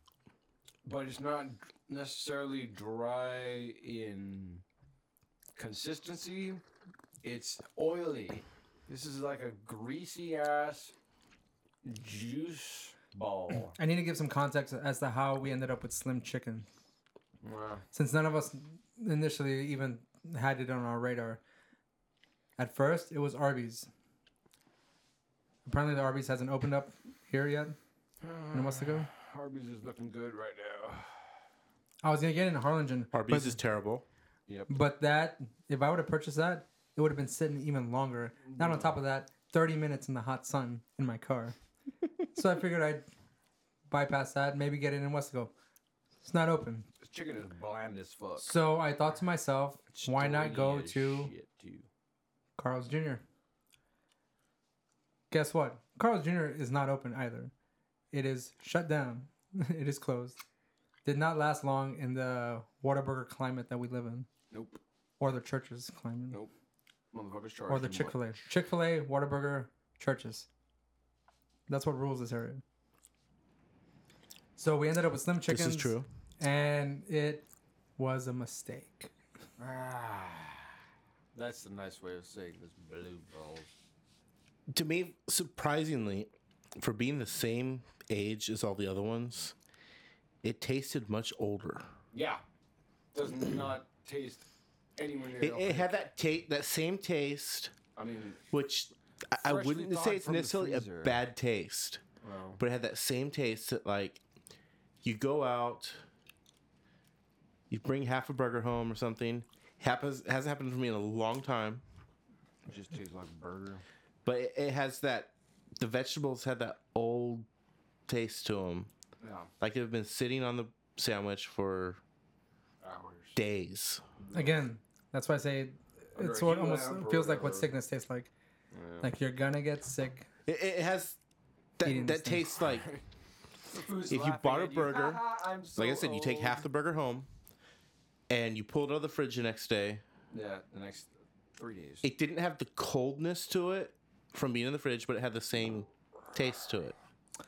A: but it's not necessarily dry in consistency. It's oily. This is like a greasy ass juice ball.
B: I need to give some context as to how we ended up with slim chicken,
A: <sighs> Mwah.
B: since none of us initially even had it on our radar. At first, it was Arby's. Apparently, the Arby's hasn't opened up here yet. In a month ago,
A: Harvey's is looking good right now.
B: I was gonna get it in Harlingen,
C: Arby's
B: but-
C: is terrible.
B: But that, if I would have purchased that, it would have been sitting even longer. Not on top of that, 30 minutes in the hot sun in my car. so I figured I'd bypass that, maybe get it in Westco. It's not open.
A: This chicken is bland as fuck.
B: So I thought to myself,
A: It's
B: why not
A: stringy
B: go
A: as
B: to
A: shit, too.
B: Carl's Jr.? Guess what? Carl's Jr. is not open either. It is shut down, <laughs> it is closed. Did not last long in the Whataburger climate that we live in,
A: Nope.
B: or the church's climate.
A: Nope. Motherfuckers charge.
B: or the
A: too
B: Chick Fil A, Chick Fil A, Whataburger, churches. That's what rules this area. So we ended up with Slim Chickens.
C: This is true.
B: and it was a mistake.
A: much. Ah, that's the nice way of saying this blue balls.
C: To me, surprisingly, for being the same age as all the other ones, it tasted much older.
A: Yeah. Does not taste anywhere near.
C: It, it
A: healthy.
C: had that taste, that same taste,
A: I mean,
C: which I, I
A: Freshly
C: wouldn't
A: thawed
C: say it's
A: from the
C: necessarily a
A: freezer.
C: bad taste,
A: well,
C: but it had that same taste that like you go out, you bring half a burger home or something. Happens hasn't happened to me in a long time,
A: it just tastes like burger.
C: but it, it has that. The vegetables had that old taste to them,
A: Yeah.
C: like they've been sitting on the sandwich for
A: Hours.
C: days.
B: Again, that's why I say
A: Under
B: it's
A: a
B: what
A: heat
B: almost
A: lamp or
B: feels like what
A: whatever.
B: sickness tastes like. Like you're gonna get sick.
C: It, it has
B: Eating
C: that,
B: this
C: that
B: thing.
C: tastes like If you bought a burger, like I said, you take half the burger home, and you pull it out of the fridge the next day.
A: Yeah, the next three days.
C: It didn't have the coldness to it from being in the fridge, but it had the same taste to it.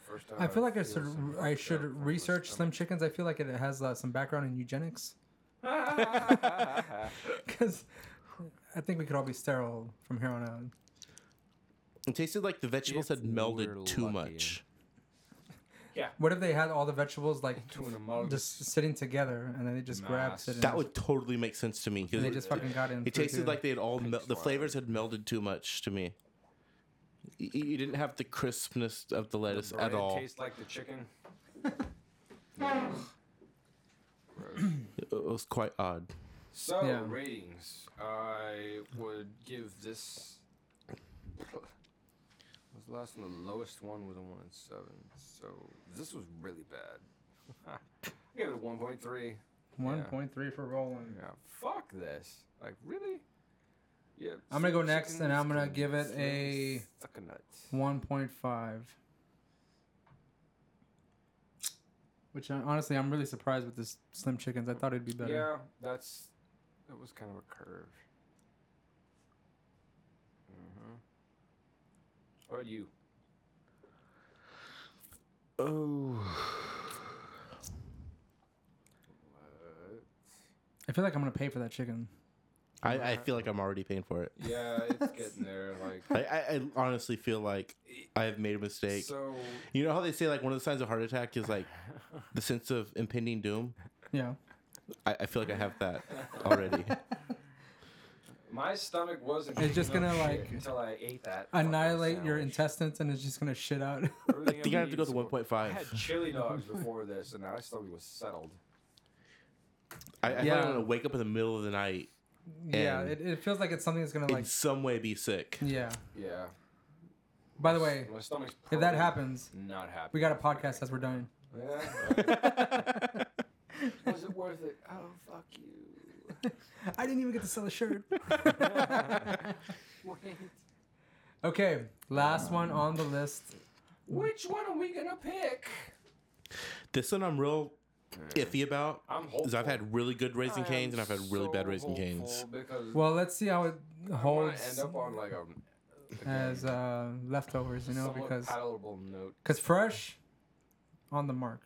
A: First time
B: I feel like I
A: feel
B: should
A: some
B: I
A: fucked
B: should
A: up from my
B: research
A: <laughs>
B: Slim Chickens. I feel like it has uh, some background in eugenics <laughs>
A: stomach.
B: because I think we could all be sterile from here on out.
C: It tasted like the vegetables
A: If
C: had melded
A: we're
C: too
A: lucky.
C: much.
A: Yeah.
B: What if they had all the vegetables like
A: Two in a mug.
B: just sitting together, and then they just
A: Nah,
B: grabbed it? and
C: That would totally make sense to me
B: and
C: because
B: they just fucking got in.
C: It
B: through
C: tasted
B: two.
C: like they had all mel- the
A: swallow.
C: flavors had melded too much to me. Y- y- You didn't have the crispness of the lettuce
A: Does
C: at
A: bread
C: all.
A: Taste like the <laughs> chicken.
C: It was quite odd.
A: So
B: Yeah.
A: ratings, I would give this. Was the last one the lowest one was a one and seven, so this was really bad. <laughs> I gave it a one point three.
B: one point three for rolling.
A: Yeah, fuck this. Like really? Yeah.
B: I'm gonna go
A: some
B: next, and
A: chickens
B: I'm gonna
A: can
B: give it
A: sling
B: a-
A: Suck a nut.
B: One point five. Which uh, honestly, I'm really surprised with this Slim Chickens. I thought it'd be better.
A: Yeah, that's that was kind of a curve. Mhm. What about you?
C: Oh,
B: I feel like I'm gonna pay for that chicken.
C: I, I feel like I'm already
B: <laughs>
C: paying for it.
A: Yeah, it's getting there. Like
C: I, I, I honestly feel like I have made a mistake.
A: so.
C: You know how they say like one of the signs of heart attack is like the sense of impending doom.
B: Yeah.
C: I, I feel like I have that
B: <laughs>
A: <laughs>
C: already.
A: My stomach wasn't.
B: It's just
A: picking up
B: gonna,
A: shit
B: like,
A: until I ate that. fucking
B: Annihilate your
A: sandwich.
B: intestines, and it's just gonna shit out. <laughs>
C: I
A: Everything
C: think I have to
A: need
C: go
A: is
C: to
A: cool. I
C: 1.5.
A: had chili
C: <laughs>
A: dogs before this, and my stomach was settled.
C: I, I thought
B: Yeah.
C: I'm gonna wake up in the middle of the night
B: yeah.
C: And-
B: It, it feels like it's something that's gonna like.
C: in some way be sick.
B: Yeah.
A: Yeah.
B: By the way,
A: my stomach's
B: if that
A: probably
B: happens,
A: not happy.
B: we got a podcast as we're dying.
A: <laughs> Yeah.
C: <laughs>
B: <laughs>
A: was it worth it? Oh fuck <laughs> you.
B: I didn't even get to sell a shirt. <laughs> Okay, last one on the list.
A: Which one are we gonna pick?
C: This one I'm real iffy about.
A: I'm hopeful.
C: Because I've had really good raising
A: I
C: canes
A: am
C: and I've had really bad
A: so
C: raising canes.
A: hopeful Because
B: Well, let's see how it
A: I want to
B: holds
A: end up on like a
B: as uh, leftovers, you know,
A: somewhat
B: because
A: palatable note.
B: because fresh, on the mark,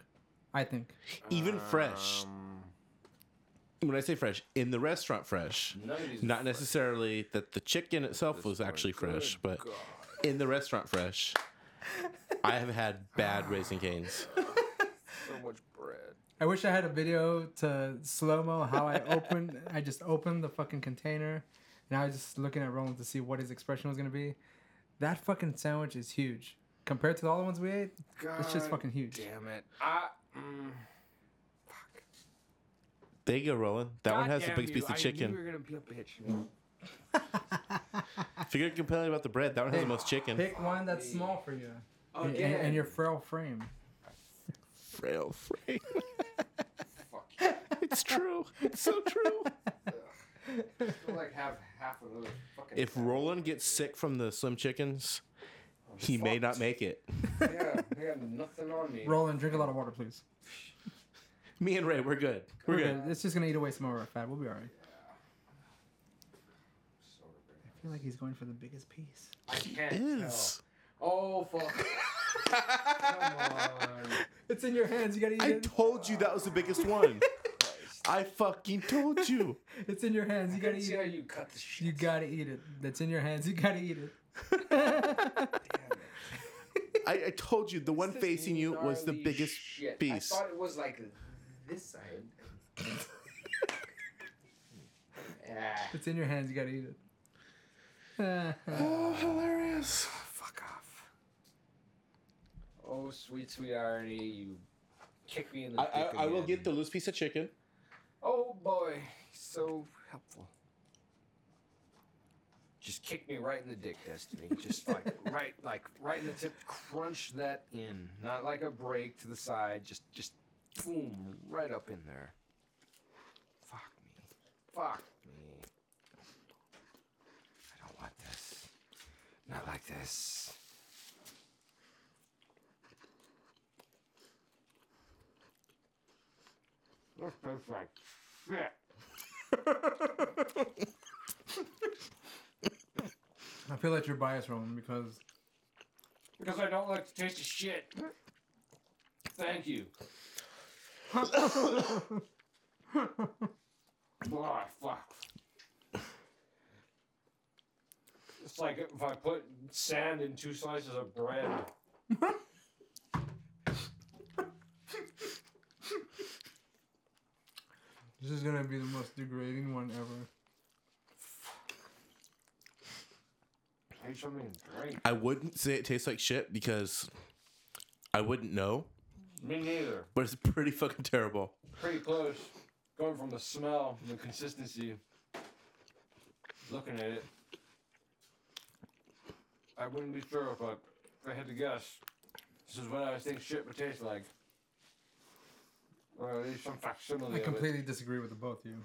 B: I <laughs> think.
C: Even fresh.
A: Um,
C: When I say fresh, in the restaurant fresh.
A: none of these
C: Not
A: are
C: necessarily that the chicken itself was actually
A: Good
C: fresh, but
A: God.
C: in the restaurant fresh, I have had
A: <laughs>
C: bad raising canes.
A: so much bread.
B: I wish I had a video to slow mo how I opened. I just opened the fucking container, and I was just looking at Roland to see what his expression was gonna be. That fucking sandwich is huge compared to the other ones we ate.
A: God
B: It's just fucking huge.
A: Damn it. I. Mm, fuck.
C: There you go, Roland. That one
A: God
C: has the
A: damn
C: biggest
A: you,
C: piece of
A: I knew
C: chicken.
A: you were gonna be a bitch.
C: If you're complaining about the bread, that one has the most chicken.
B: Pick one that's small for you, and, and,
A: Again.
B: and your frail frame.
C: Frail frame.
A: Fuck. I
C: it's true. It's so true.
A: feel like have half of those fucking.
C: If Roland gets sick from the Slim Chickens, he may not make it.
A: yeah, I got nothing on me.
B: Roland, drink a lot of water, please.
C: Me and Ray, we're good. We're,
B: We're
C: good.
B: good. It's just gonna eat away some of our fat. We'll be alright. I feel like he's going for the biggest piece.
A: I can't
C: Is.
A: tell. Oh fuck! Come on.
B: It's in your hands. You gotta eat
C: <laughs> I
B: it.
C: told you that was the biggest <laughs> one. I fucking told you.
B: it's in your hands. You
A: You
B: gotta
A: gotta see
B: eat
A: how
B: it.
A: you cut the shit.
B: You gotta eat it. That's in your hands. You gotta eat
C: <laughs>
B: it.
C: I, I told you the one facing you was the
A: Gnarly
C: biggest
A: shit.
C: piece.
A: I thought it was like this
C: <laughs>
A: side. Ah,
B: it's in your hands. You gotta eat it. <laughs>
C: Oh, hilarious.
A: fuck off. Oh sweet sweet irony, you kick me in the.
C: I, I,
A: dick
C: I will
A: again.
C: get the loose piece of chicken.
A: Oh boy, so helpful. Just kick me right in the dick, Destiny. Just <laughs> like right, like right in the tip. Crunch that in, not like a break to the side. Just, just boom, right up in there. Fuck me, fuck me. I don't want this. Not like this. This tastes like shit.
B: I feel like you're biased, Roman, because
A: Because I don't like the taste of shit. Thank you. oh, fuck. It's like if I put sand in two slices of bread.
B: This is gonna be the most degrading one ever.
A: Hey, show me a drink.
C: I wouldn't say it tastes like shit because I wouldn't know,
A: Me neither.
C: but it's pretty fucking terrible.
A: Pretty close. Going from the smell and the consistency. Looking at it. I wouldn't be sure, but if I had to guess, this is what I think shit would taste like. Or at least some facsimile
B: I
A: of it.
B: completely disagree with the both of you.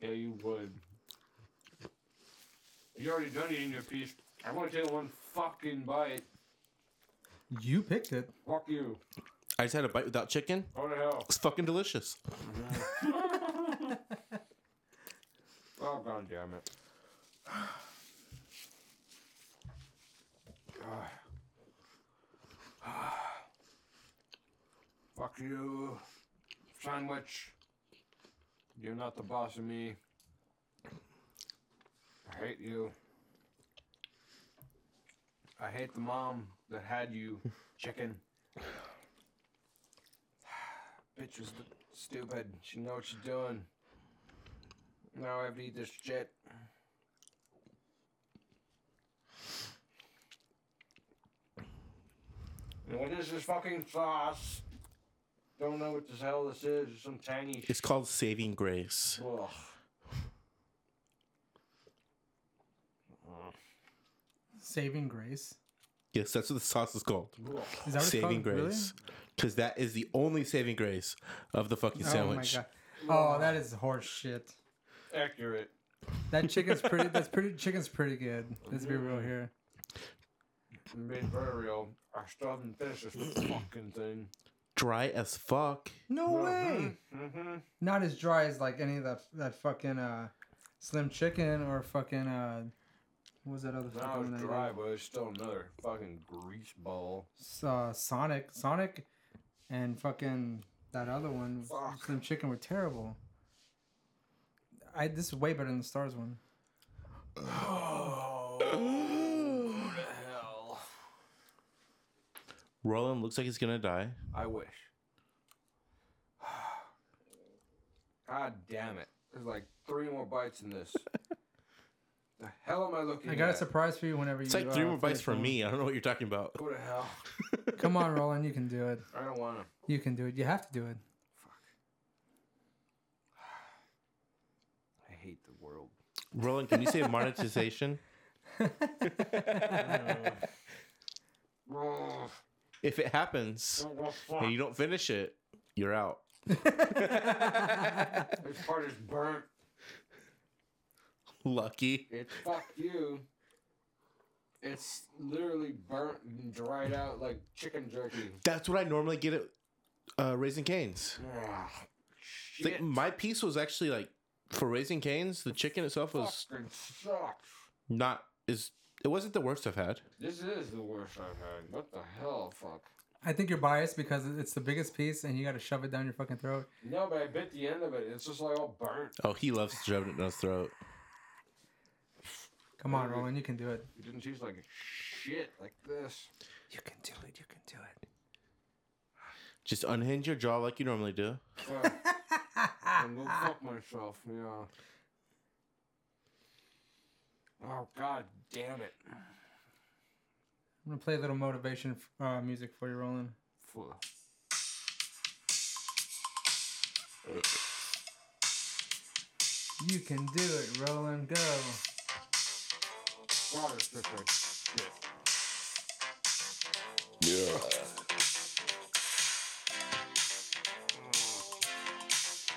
A: Yeah, you would. You already done eating your piece. I want to take one fucking bite.
B: You picked it.
A: Fuck you.
C: I just had a bite without chicken.
A: Go to hell.
C: It's fucking delicious.
A: Oh god damn it. God. <sighs> Fuck you, sandwich. You're not the boss of me. I hate you. I hate the mom that had you, chicken. Bitch was stu- stupid. She know what she's doing. Now I have to eat this shit. And What is this fucking sauce? Don't know what the hell this is. It's Some tangy shit.
C: It's called Saving Grace.
A: Ugh.
B: Saving Grace.
C: Yes, that's what the sauce is called.
A: Ugh.
B: Is that what
C: saving
B: it's called?
C: grace because that is the only saving grace of the fucking
B: Really?
C: sandwich.
B: Oh my god. Oh, that is horse shit.
A: Accurate.
B: That chicken's pretty. That's pretty. Chicken's pretty good. Let's be real here.
A: I'm being very real. I still haven't finished this
B: <clears throat>
A: fucking thing. Uh-huh.
C: Dry as fuck.
B: No way.
A: Mm-hmm.
B: Not as dry as like any of that that fucking uh, slim chicken or fucking uh, what was that other
A: Now
B: fucking one
A: it's
B: that-
A: dry, but it's still another fucking grease
B: <clears throat>
A: ball.
B: S- uh, Sonic, Sonic, and fucking that other one,
A: Fuck.
B: Slim Chicken, were terrible. I this is way better than the Stars one.
A: Oh, go to hell.
C: Roland looks like he's gonna die.
A: I wish. <sighs> God damn it. There's like three more bites in
B: <laughs>
A: this. the hell am I looking
B: I got a
A: at?
B: surprise for you whenever
C: It's
B: you.
C: like three
B: uh,
C: more bites
B: finish
C: for
B: one.
C: me. I don't know what you're talking about.
A: Go to hell.
B: <laughs> Come on, Roland, you can do it.
A: I don't want to.
B: You can do it. You have to do it.
A: I hate the
B: <laughs>
A: world. <laughs>
C: Roland, can you say monetization?
A: Ugh,
C: If it happens
A: don't go fuck.
C: and you don't finish it, you're out. <laughs>
B: <laughs>
A: This part is burnt.
C: Lucky.
A: It's fuck you. It's literally burnt and dried out like chicken jerky.
C: That's what I normally get at uh, Raising Canes.
A: Ugh,
C: It's like
A: Ah, Shit.
C: my piece was actually like for Raising Canes. The chicken itself was
A: fucking sucks.
C: not is. It wasn't the worst I've had.
A: This is the worst I've had. What the hell, fuck?
B: I think you're biased because it's the biggest piece, and you got to shove it down your fucking throat.
A: No, but I bit the end of it. It's just like all burnt.
C: Oh, he loves shoving it in his throat.
B: Come on, Roland, you can do it.
A: It didn't taste like shit like this.
B: You can do it. You can do it.
C: Just unhinge your jaw like you normally do. <laughs>
A: Fuck.
B: <laughs>
A: I'm gonna fuck myself, yeah. Oh god damn it.
B: I'm gonna play a little motivation uh, music for you, Roland.
A: Fuck.
B: You can do it, Roland. Go.
A: God, it's just like shit.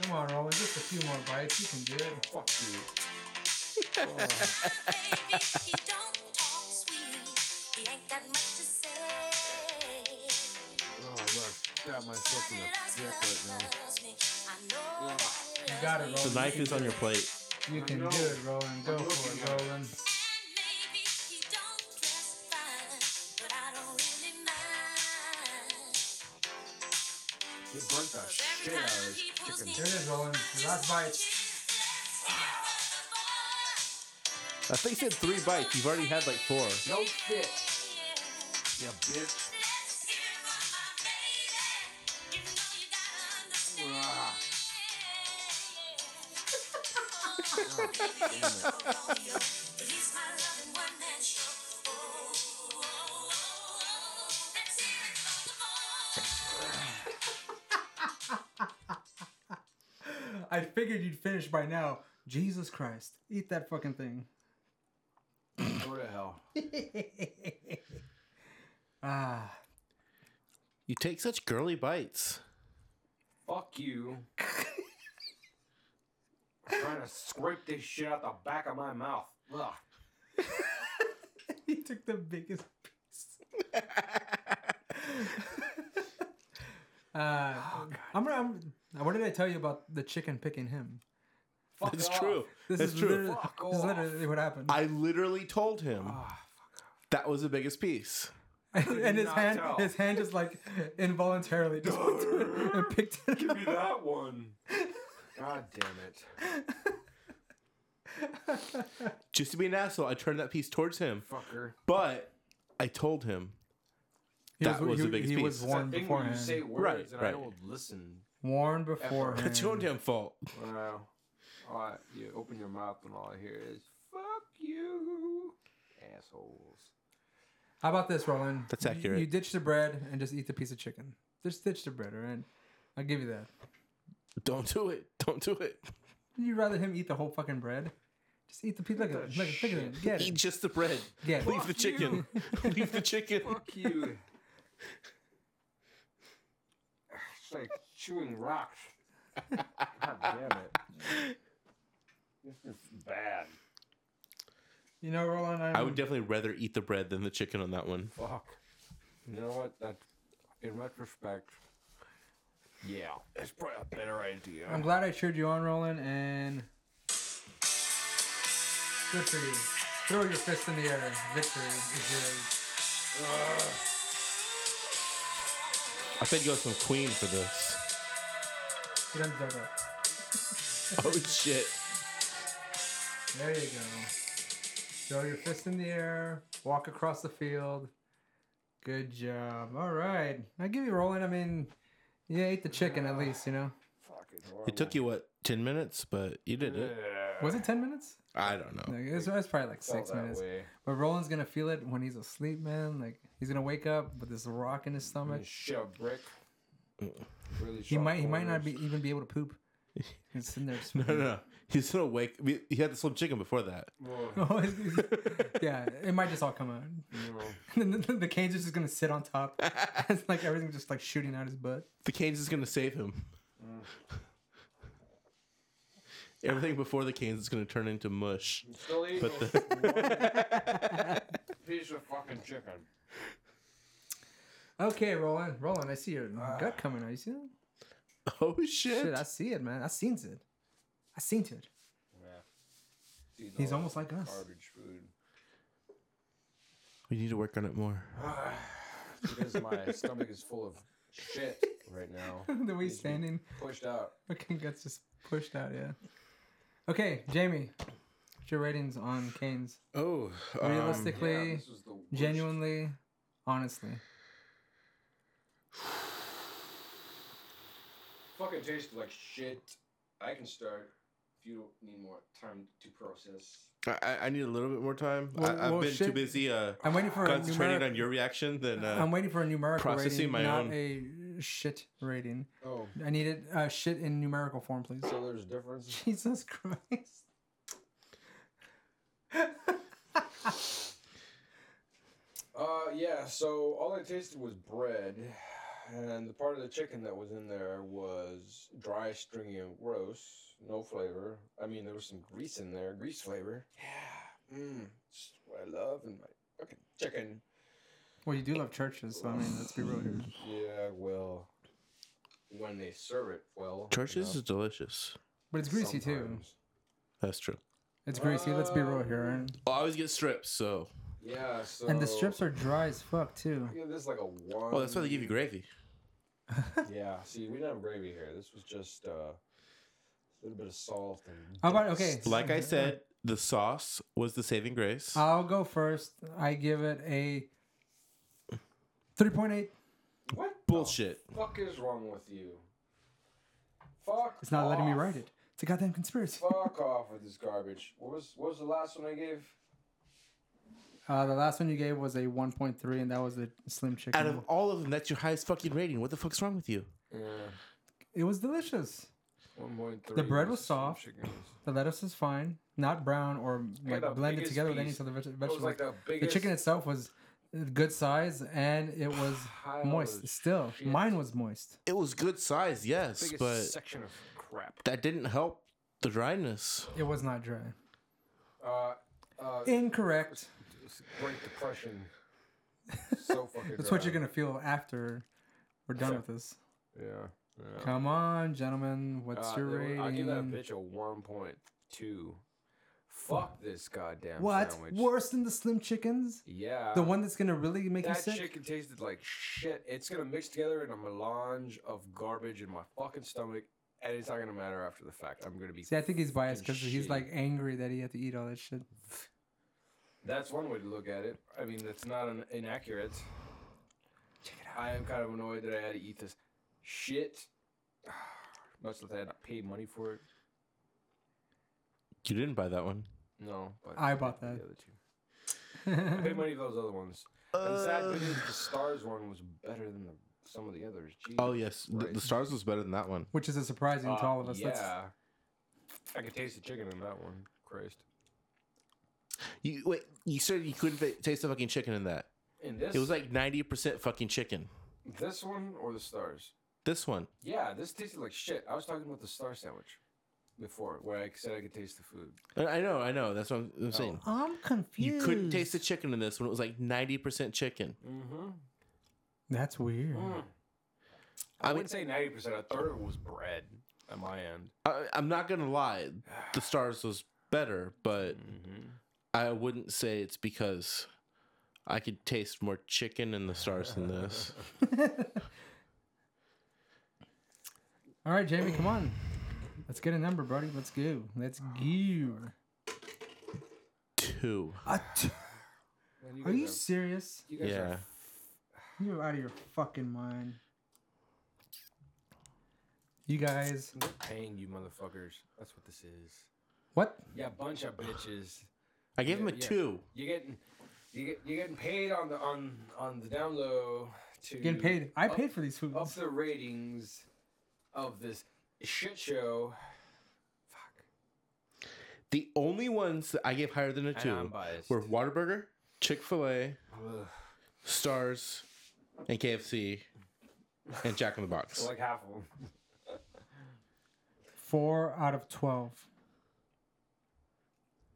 B: Come on, Roland. Just a few more bites. You can do it.
A: Fuck you.
D: Baby, he don't talk sweet. He ain't got much to say.
A: Oh, I stab myself in the dick right now.
D: You
B: got it,
C: The knife is on your plate.
B: You
A: I
B: can
A: know.
B: do it, Roland. Go
A: I'm
B: for
A: looking
B: it,
A: at it.
B: Roland.
D: Maybe he don't dress fine, but I don't really mind.
A: You burnt that shit out of this chicken.
B: There it is, Roland. Your last bite.
C: I think you said three bites. You've already had like four.
A: No Oh, shit. Yeah, bitch. Ugh.
D: He's my loving one man show. Oh, oh, oh, oh. Let's hear it for the boy.
B: I figured you'd finish by now. Jesus Christ, eat that fucking <laughs> thing.
A: Go to hell.
B: Ah, <laughs>
C: You take such girly <laughs> bites.
A: Fuck you. trying to scrape this shit out the back of my mouth. Ugh.
B: he took the biggest piece. <laughs> uh,
A: Oh,
B: I'm, I'm, now, what did I tell you about the chicken picking him?
A: Fuck
C: That's
A: off.
C: true.
B: This
C: That's
B: is
C: true.
B: Literally,
A: Fuck
B: this is
A: off.
B: literally what happened.
C: I literally told him that was the biggest piece.
B: <laughs> and his
A: not
B: hand,
A: tell.
B: his hand just like involuntarily just went to it
A: <laughs>
B: and picked it
A: Give
B: up.
A: me that one. God damn it.
C: Just to be an asshole, I turned that piece towards him,
A: Fucker.
C: but I told him
B: <laughs> He
C: That was the
B: he-
C: biggest
B: He was
C: piece.
A: That
B: warned
A: thing where you say
B: beforehand.
A: words
C: Right,
A: and I
C: right.
A: don't listen.
B: Warned beforehand.
C: that's your own damn fault.
A: Wow. All right, you open your mouth and all I hear is "fuck you, assholes."
B: How about this, Roland?
C: That's
B: You-
C: accurate.
B: You ditch the bread and just eat the piece of chicken. Just ditch the bread, all right? I'll give you that.
C: Don't do it. Don't do it.
B: Would you rather him eat the whole fucking bread? Just eat the piece. Look at it. Look at look at it.
A: shit.
B: Get
C: Eat
B: it.
C: just the bread.
B: Get it.
C: <laughs> Leave the chicken. <laughs> Leave the chicken.
A: Fuck you. it's like chewing
C: <laughs>
A: rocks. God damn it. This is bad.
B: <laughs> You know, Roland, I'm,
C: I would definitely rather eat the bread than the chicken on that one.
A: Fuck. You know what? That, in retrospect, yeah, it's probably a better idea.
B: I'm glad I cheered you on, Roland, and good for you. Throw your fist in the air. Victory is yours.
C: I bet you got some queen for this.
B: You don't deserve it.
C: <laughs> Oh shit.
B: There you go. Throw your fist in the air. Walk across the field. Good job. All right. I give you Roland. I mean, you ate the chicken at least, you know.
A: Fucking
C: It took you what, ten minutes, but you did it.
B: Was it ten minutes?
C: I don't know. <laughs>
B: Like, it's, it's probably like six minutes. But Roland's gonna feel it when he's asleep, man. Like he's gonna wake up with this rock in his stomach.
A: Shit, a brick.
C: Mm.
A: Really
B: He might he might not be even be able to poop. He's sitting there.
C: <laughs> No, no, no. He's still awake. We- He had the slim chicken before <laughs> that.
B: <laughs> Oh, he's- he's- yeah, it might just all come out. <laughs> And then the, the cane's just gonna sit on
C: <laughs>
B: top. it's like everything's just like shooting out his butt.
C: The canes is gonna save him. Everything before the canes is gonna turn into mush.
A: Still eating <laughs> piece of fucking chicken.
B: Okay, Roland, Roland, I see your gut coming out. You see that?
C: <laughs> Oh Ah. shit!
B: Shit, I see it, man. I seen it. I seen it. <laughs> He's almost like us.
A: Garbage food. <sighs>
C: we need to work on it more.
A: Because my stomach is full of shit right
B: <laughs>
A: now.
B: the way he's
A: He's
B: standing,
A: Pushed out.
B: fucking guts just pushed out. Yeah. Okay, Jamie, what's your ratings on canes?
C: Oh,
A: Yeah,
B: Realistically,
A: this was the worst.
B: genuinely, honestly.
A: Fucking tasted like shit. I can start if you don't need more time to process.
C: I, I- I need a little bit more time.
B: Well-
C: I, I've
B: well,
C: been too
B: shit.
C: busy uh,
B: I'm waiting for a
C: concentrating
B: numeric,
C: on your reaction than uh,
B: I'm waiting for a numerical rating,
C: processing my
B: not
C: own.
B: a shit rating.
A: Oh,
B: I need it uh, shit in numerical form, please. <laughs>
A: so there's a difference.
B: Jesus Christ. <laughs>
A: Uh, yeah. So all I tasted was bread, and the part of the chicken that was in there was dry, stringy, and gross. No flavor. I mean, there was some grease in there, grease flavor. Yeah. Mmm. It's what I love in my fucking chicken.
B: Well, you do love churches, so I mean, let's be real here.
A: Yeah. Well, when they serve it well. you
C: churches
A: know,
C: is delicious.
B: But it's greasy too.
A: sometimes.
C: That's true.
B: It's greasy. Let's be real here.
A: Um,
B: And,
C: Well, I always get strips, so
A: Yeah. So.
B: and the strips are dry as fuck too.
A: Yeah, this is like a one.
C: oh, that's why they give you gravy.
A: Yeah. See, we didn't have gravy here. This was just uh, a little bit of salt and.
B: How about okay?
C: Like I said, the sauce was the saving grace.
B: I'll go first. I give it a three point eight.
A: What the
C: Bullshit.
A: fuck is wrong with you? Fuck.
B: It's not letting me
A: off.
B: write it. It's a goddamn conspiracy.
A: Fuck off with this garbage. What was what was the last one I gave?
B: Uh, the last one you gave was a 1.3, and that was a slim chicken.
C: Out of all of them, that's your highest fucking rating. What the fuck's wrong with you?
A: Yeah,
B: it was delicious.
A: one point three.
B: The bread was soft. The lettuce is fine, not brown or
A: got
B: like
A: the
B: blended
A: biggest
B: together with any
A: piece.
B: sort of veg-
A: That was
B: vegetables.
A: like the
B: the
A: biggest.
B: chicken itself was a good size, and it was
A: Pile
B: moist.
A: of
B: Still,
A: shit.
B: mine was moist.
C: It was good size, yes,
A: biggest
C: but
A: section of crap.
C: that didn't help the dryness.
B: It was not dry.
A: Uh, uh,
B: Incorrect.
A: it's Great Depression. so fucking.
B: That's what
A: dry.
B: you're gonna feel after we're done with this.
A: Yeah. yeah.
B: Come on, gentlemen. What's
A: Uh,
B: your
A: there we-
B: rating?
A: I'll give that bitch a one point two. Fuck this goddamn
B: what
A: sandwich.
B: worse than the slim chickens?
A: Yeah.
B: The one that's gonna really make you
A: that
B: sick.
A: chicken tasted like shit. It's gonna mix together in a melange of garbage in my fucking stomach, and it's not gonna matter after the fact. I'm gonna be.
B: See, I think he's biased
A: fucking
B: because he's
A: shitty.
B: like angry that he had to eat all that shit.
A: That's one way to look at it. I mean, that's not an, inaccurate. Check it out. I am kind of annoyed that I had to eat this shit. <sighs> Much less I had to pay money for it.
C: You didn't buy that one.
A: No, but
B: I bought
A: paid for
B: that.
A: The other two. I paid money for those other ones. and the sad thing is, the stars one was better than the, some of the others. Jesus
C: Oh yes, the,
A: Christ.
C: the stars was better than that one.
B: Which is a surprising to
A: Uh,
B: all of us.
A: Yeah.
B: That's
A: I could taste the chicken in that one. Christ.
C: You wait, you said you couldn't fa- taste the fucking chicken in that.
A: In this,
C: It was like ninety percent fucking chicken.
A: this one or the stars.
C: This one,
A: Yeah, this tasted like shit. I was talking about the star sandwich before, where I said I could taste the food.
C: I I know, I know. That's what I'm, I'm saying.
B: I'm confused.
C: You couldn't taste the chicken in this one. It was like ninety percent chicken.
A: Mm-hmm.
B: That's weird.
A: Hmm. I,
C: I mean-
A: wouldn't say ninety percent. A third of it was bread on my end.
C: I, I'm not gonna lie,
A: <sighs>
C: the stars was better, but
A: Mm-hmm.
C: I wouldn't say it's because I could taste more chicken in the stars than this.
A: <laughs>
B: All right, Jamie, come on. Let's get a number, buddy. Let's go. Let's go.
C: Two.
A: Man,
B: Are
A: guys
B: you serious?
A: you guys are
C: Yeah.
B: You're out of your fucking mind. You guys.
A: f- paying you motherfuckers. That's what this is.
B: What?
A: Yeah, bunch of bitches.
C: I gave him a
A: Yeah.
C: two.
A: You getting you get you getting paid on the on on the down low to
B: Getting paid. I
A: up-
B: paid for these foods.
A: up the ratings of this shit show. Fuck.
C: The only ones that I gave higher than a
A: And
C: two
A: I'm biased.
C: were Whataburger, Chick fil A,
A: Ugh.
C: Stars, and KFC, and Jack in the Box.
A: Like half of them.
B: Four out of 12.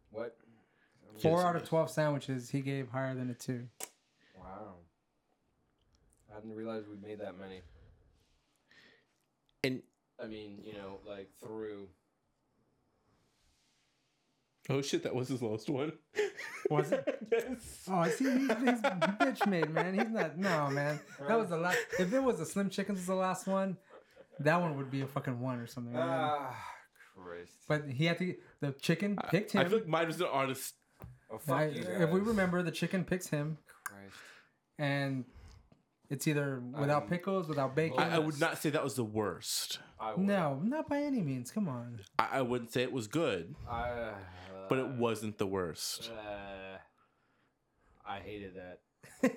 A: What?
B: Four out of 12 sandwiches he gave higher than a two.
A: Wow. I didn't realize we made that many.
C: And
A: I mean, you know, like through.
C: oh shit, that was his lowest one.
B: Was it?
C: <laughs> yes.
B: Oh, see, he's, he's bitch made, man. He's not. No, man. That was the last. If it was the Slim Chickens was the last one, that one would be a fucking one or something. man.
A: Ah, Christ.
B: but he had to. The chicken picked
C: I
B: him.
C: feel like mine was an artist.
A: Oh, fuck
B: I-
A: you
B: if we
A: guys.
B: remember, the chicken picks him,
A: Christ.
B: and it's either without
A: Um,
B: pickles, without bacon.
C: I, I would not say that was the worst.
A: I would-
B: No, not by any means. Come on. <laughs>
C: I, I wouldn't say it was good,
A: I,
C: but it wasn't the worst.
A: Uh, I hated that.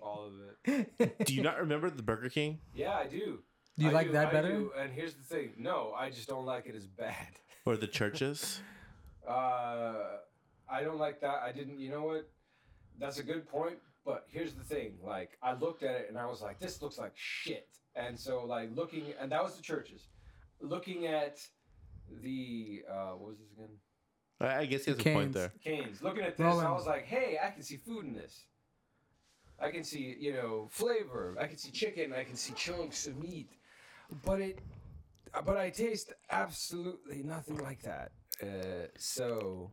A: All of it.
C: Do you not remember the Burger King?
A: Yeah, I do.
B: Do you
A: I
B: like
A: do,
B: that
A: I
B: better?
A: do, And here's the thing. No, I just don't like it as bad. <laughs>
C: Or the churches?
A: Uh, I don't like that. I didn't. You know what? That's a good point. But here's the thing. Like I looked at it and I was like, this looks like shit. And so like looking, and that was the churches. Looking at the uh, what was this again?
C: <laughs> I, I guess he has a
B: Canes.
C: point there.
A: Canes. Looking at this, and I was
B: Rollins.
A: like, hey, I can see food in this. I can see, you know, flavor. I can see chicken. I can see chunks of meat. But it, but I taste absolutely nothing like that. Uh, so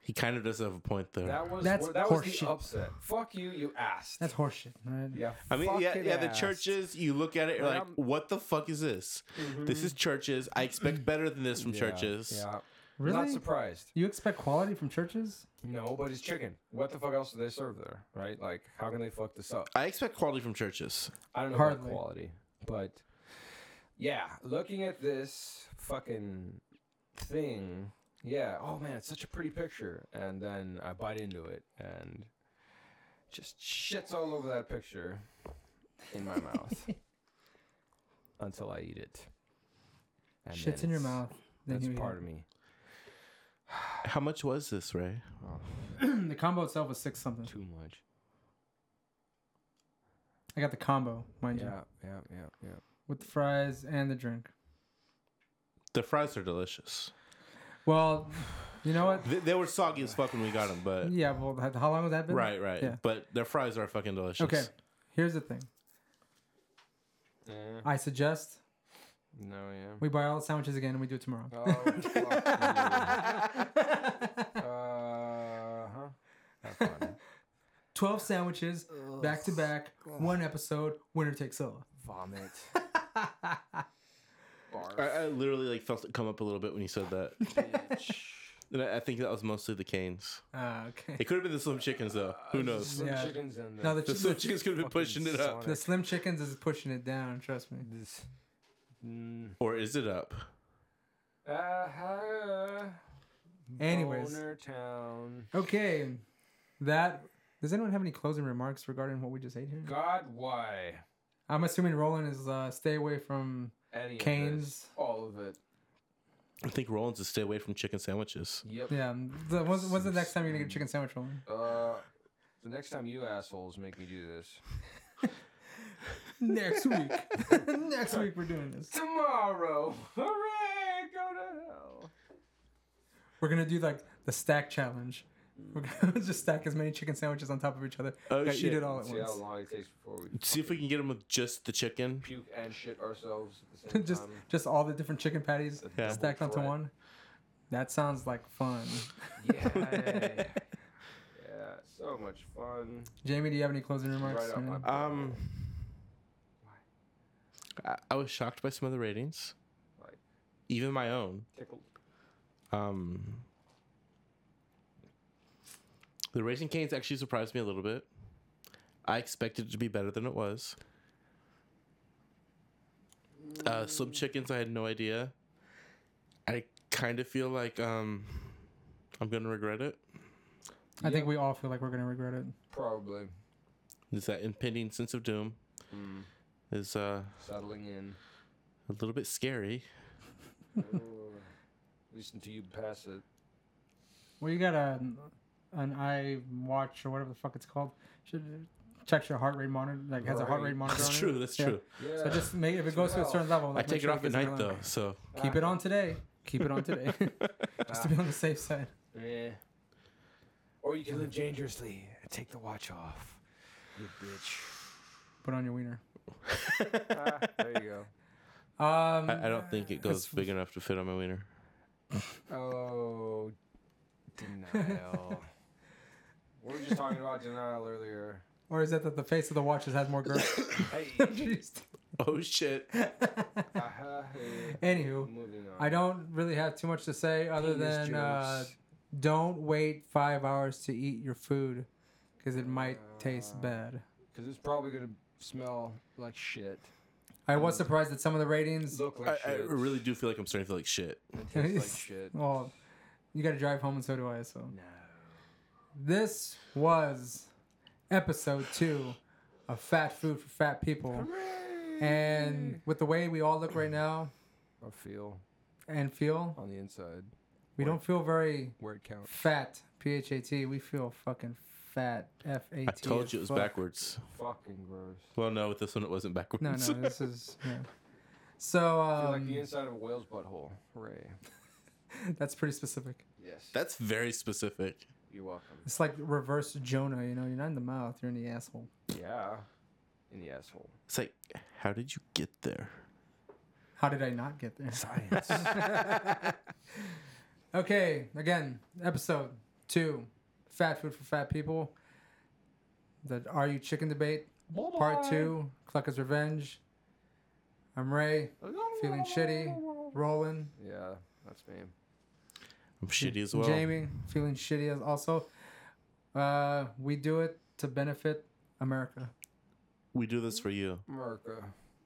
C: He kind of does have a point there.
A: that was
B: That's
A: well, that was the
B: horseshit.
A: upset. Fuck you, you asked.
B: That's horseshit. Right?
A: yeah.
C: I mean, yeah,
A: fucking
C: yeah. The
A: ass.
C: churches. You look at it, you're
A: But
C: like,
A: I'm- Mm-hmm.
C: what the fuck is this? This is churches. I expect better than this from
A: Yeah,
C: churches.
A: Yeah. Not
B: Really?
A: surprised.
B: You expect quality from churches?
A: No, but it's chicken. What the fuck else do they serve there? Right? Like, how can they fuck this up?
C: I expect quality from churches.
A: I don't know about
B: Hardly.
A: quality, but yeah, looking at this fucking thing. Yeah. Oh man, it's such a pretty picture. And then I bite into it and just shits all over that picture in my
B: <laughs>
A: mouth until I eat it. And then
B: Shit's in your
A: it's-
B: mouth. then
A: That's
B: you eat
A: part
B: it.
A: of me.
C: How much was this, Ray?
B: <clears throat> the combo itself was six something.
A: Too much.
B: I got the combo, mind you,
A: Yeah. Yeah. Yeah. Yeah.
B: with the fries and the drink.
C: The fries are delicious.
B: Well, you know what?
C: They, they were soggy as fuck when we got them, but
B: Yeah. Well, h- how long has that been?
C: right, right.
B: Yeah.
C: But their fries are fucking delicious.
B: Okay. Here's the thing.
A: Eh,
B: I suggest
A: no. Yeah.
B: we buy all the sandwiches again and we do it tomorrow.
A: Oh, fuck you. Uh
B: Uh-huh.
A: huh. Have fun.
B: Twelve sandwiches, back to back, one episode. Winner takes all.
A: <laughs> Vomit.
C: I,
A: Barf.
C: I literally like felt it come up a little bit when you said
A: <laughs>
C: that. and I, I think that was mostly the canes.
B: Ah, okay.
C: It could have been the slim chickens though. Who knows?
A: Uh, Slim
B: Yeah.
A: chickens and the,
B: <laughs> Now the,
C: The
B: chi-
C: slim
B: the-
C: chickens could have been
A: fucking
C: pushing it up,
A: Sonic.
B: the Slim Chickens is pushing it down. Trust me.
A: this. Mm,
C: or is it up?
A: uh-huh.
B: Anyways.
A: Boner town.
B: Okay. That. Does anyone have any closing remarks regarding what we just ate here?
A: God, why?
B: I'm assuming Roland is uh, stay away from
A: Any of this.
B: Canes.
A: all of it.
C: I think Rollins is stay away from chicken sandwiches.
A: Yep.
B: Yeah. um, The, when's, when's the next time you're gonna get chicken sandwich
A: <laughs>
B: Roland?
A: Uh, the next time you assholes make me do this.
B: Next week. <laughs> next week we're doing this.
A: Tomorrow. <laughs> Hooray! Go to hell.
B: We're gonna do like the stack challenge. We're gonna <laughs> just stack as many chicken sandwiches on top of each other.
C: Oh,
B: Gotta
C: shit.
B: Eat it all at
A: See how
B: once.
A: long it takes before we
C: See if we can get them with just the chicken.
A: puke and shit ourselves at the same
B: <laughs> just
A: time.
B: just all the different chicken patties
C: Um, Yeah.
B: stacked onto
A: Threat.
B: one. That sounds like fun.
A: <laughs> Yeah. yeah. So much fun.
B: Jamie, do you have any closing remarks?
A: Right up my
B: man?
A: butt.
C: Um, I, I was shocked by some of the ratings,
A: Like,
C: even my own.
A: tickled.
C: Um, the Raising Canes actually surprised me a little bit. I expected it to be better than it was. Uh, Slim Chickens, I had no idea. I kind of feel like um, I'm gonna regret it.
B: I think we all feel like we're gonna regret it.
A: Probably
C: Is that impending sense of doom? Is uh,
A: settling in.
C: a little bit scary.
A: <laughs> Ooh. Listen to you pass it.
B: Well, you got a an eye watch or whatever the fuck it's called. Should checks your heart rate monitor. Like has a heart
A: Right.
B: rate monitor.
C: <laughs> That's
B: on it.
C: true. That's
B: Yeah.
C: true.
A: Yeah.
B: So just make if it goes to a certain level.
C: I
B: Like, make
C: take it
B: sure
C: off at
B: gets in
C: night
B: your
C: though,
B: line.
C: so
B: Keep it on today. Keep it on <laughs> today. Just to be on the safe side.
A: Yeah. Or you can live dangerously and take the watch off. You bitch.
B: Put on your wiener.
A: <laughs> ah, there you go.
B: Um,
C: <laughs> I, I don't think it goes big enough to fit on my wiener.
A: Oh, denial. <laughs> we were just talking about denial earlier.
B: or is it that the face of the watch just has more <laughs>
C: <laughs>
B: girth?
A: Hey.
C: Oh shit!
A: <laughs>
C: Uh,
A: <laughs> uh-huh, hey.
B: <laughs> Anywho,
A: Moving on.
B: I don't really have too much to say other
A: Penis
B: than uh,
A: jokes.
B: don't wait five hours to eat your food because it might
A: Uh,
B: taste bad.
A: Because it's probably going to smell like shit.
B: I was surprised that some of the ratings.
A: Look like
C: I, I
A: shit.
C: really do feel like I'm starting to feel like shit.
A: It tastes
B: <laughs>
A: like shit.
B: Well, you got to drive home, and so do I. So
A: No.
B: this was episode two of Fat Food for Fat People, and with the way we all look right now
A: I feel
B: and feel,
A: on the inside
B: we don't feel very
A: where it counts.
B: fat. P H A T. We feel fucking fat. F A T.
C: I told you it was backwards.
A: Fucking gross.
C: Well, no, with this one it wasn't backwards.
B: No, no, this is. Yeah. So
A: I feel
B: um,
A: like the inside of a whale's butthole. Hooray.
B: that's pretty specific.
A: Yes.
C: <laughs> That's very specific.
A: You're welcome.
B: It's like reverse Jonah. You know, you're not in the mouth. You're in the asshole.
A: Yeah. In the asshole.
C: It's like, how did you get there?
B: How did <laughs> I not get there?
A: Science.
B: <laughs> Okay, again, episode two, fat food for fat people. The Are You Chicken debate, part two, Clucker's Revenge. I'm Ray, feeling shitty. Roland,
A: yeah, that's me.
C: I'm shitty as well.
B: Jamie, feeling shitty as also. Uh, we do it to benefit America.
C: We do this for you.
A: America.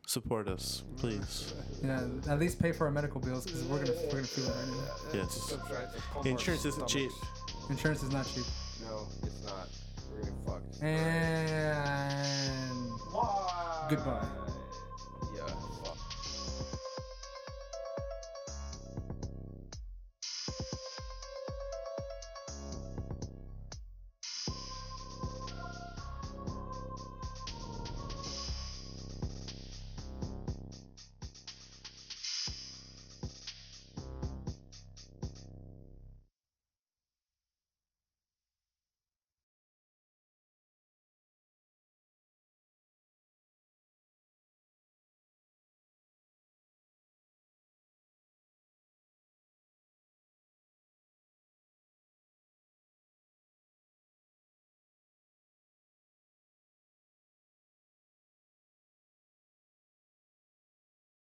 C: Support us, please.
B: Yeah, at least pay for our medical bills because we're gonna we're gonna feel it right now.
C: Yes.
A: Subscribe to pump our
C: Insurance isn't cheap.
A: stomachs.
B: Insurance is not cheap.
A: No, it's not. We're gonna fuck.
B: And
A: Bye.
B: Goodbye.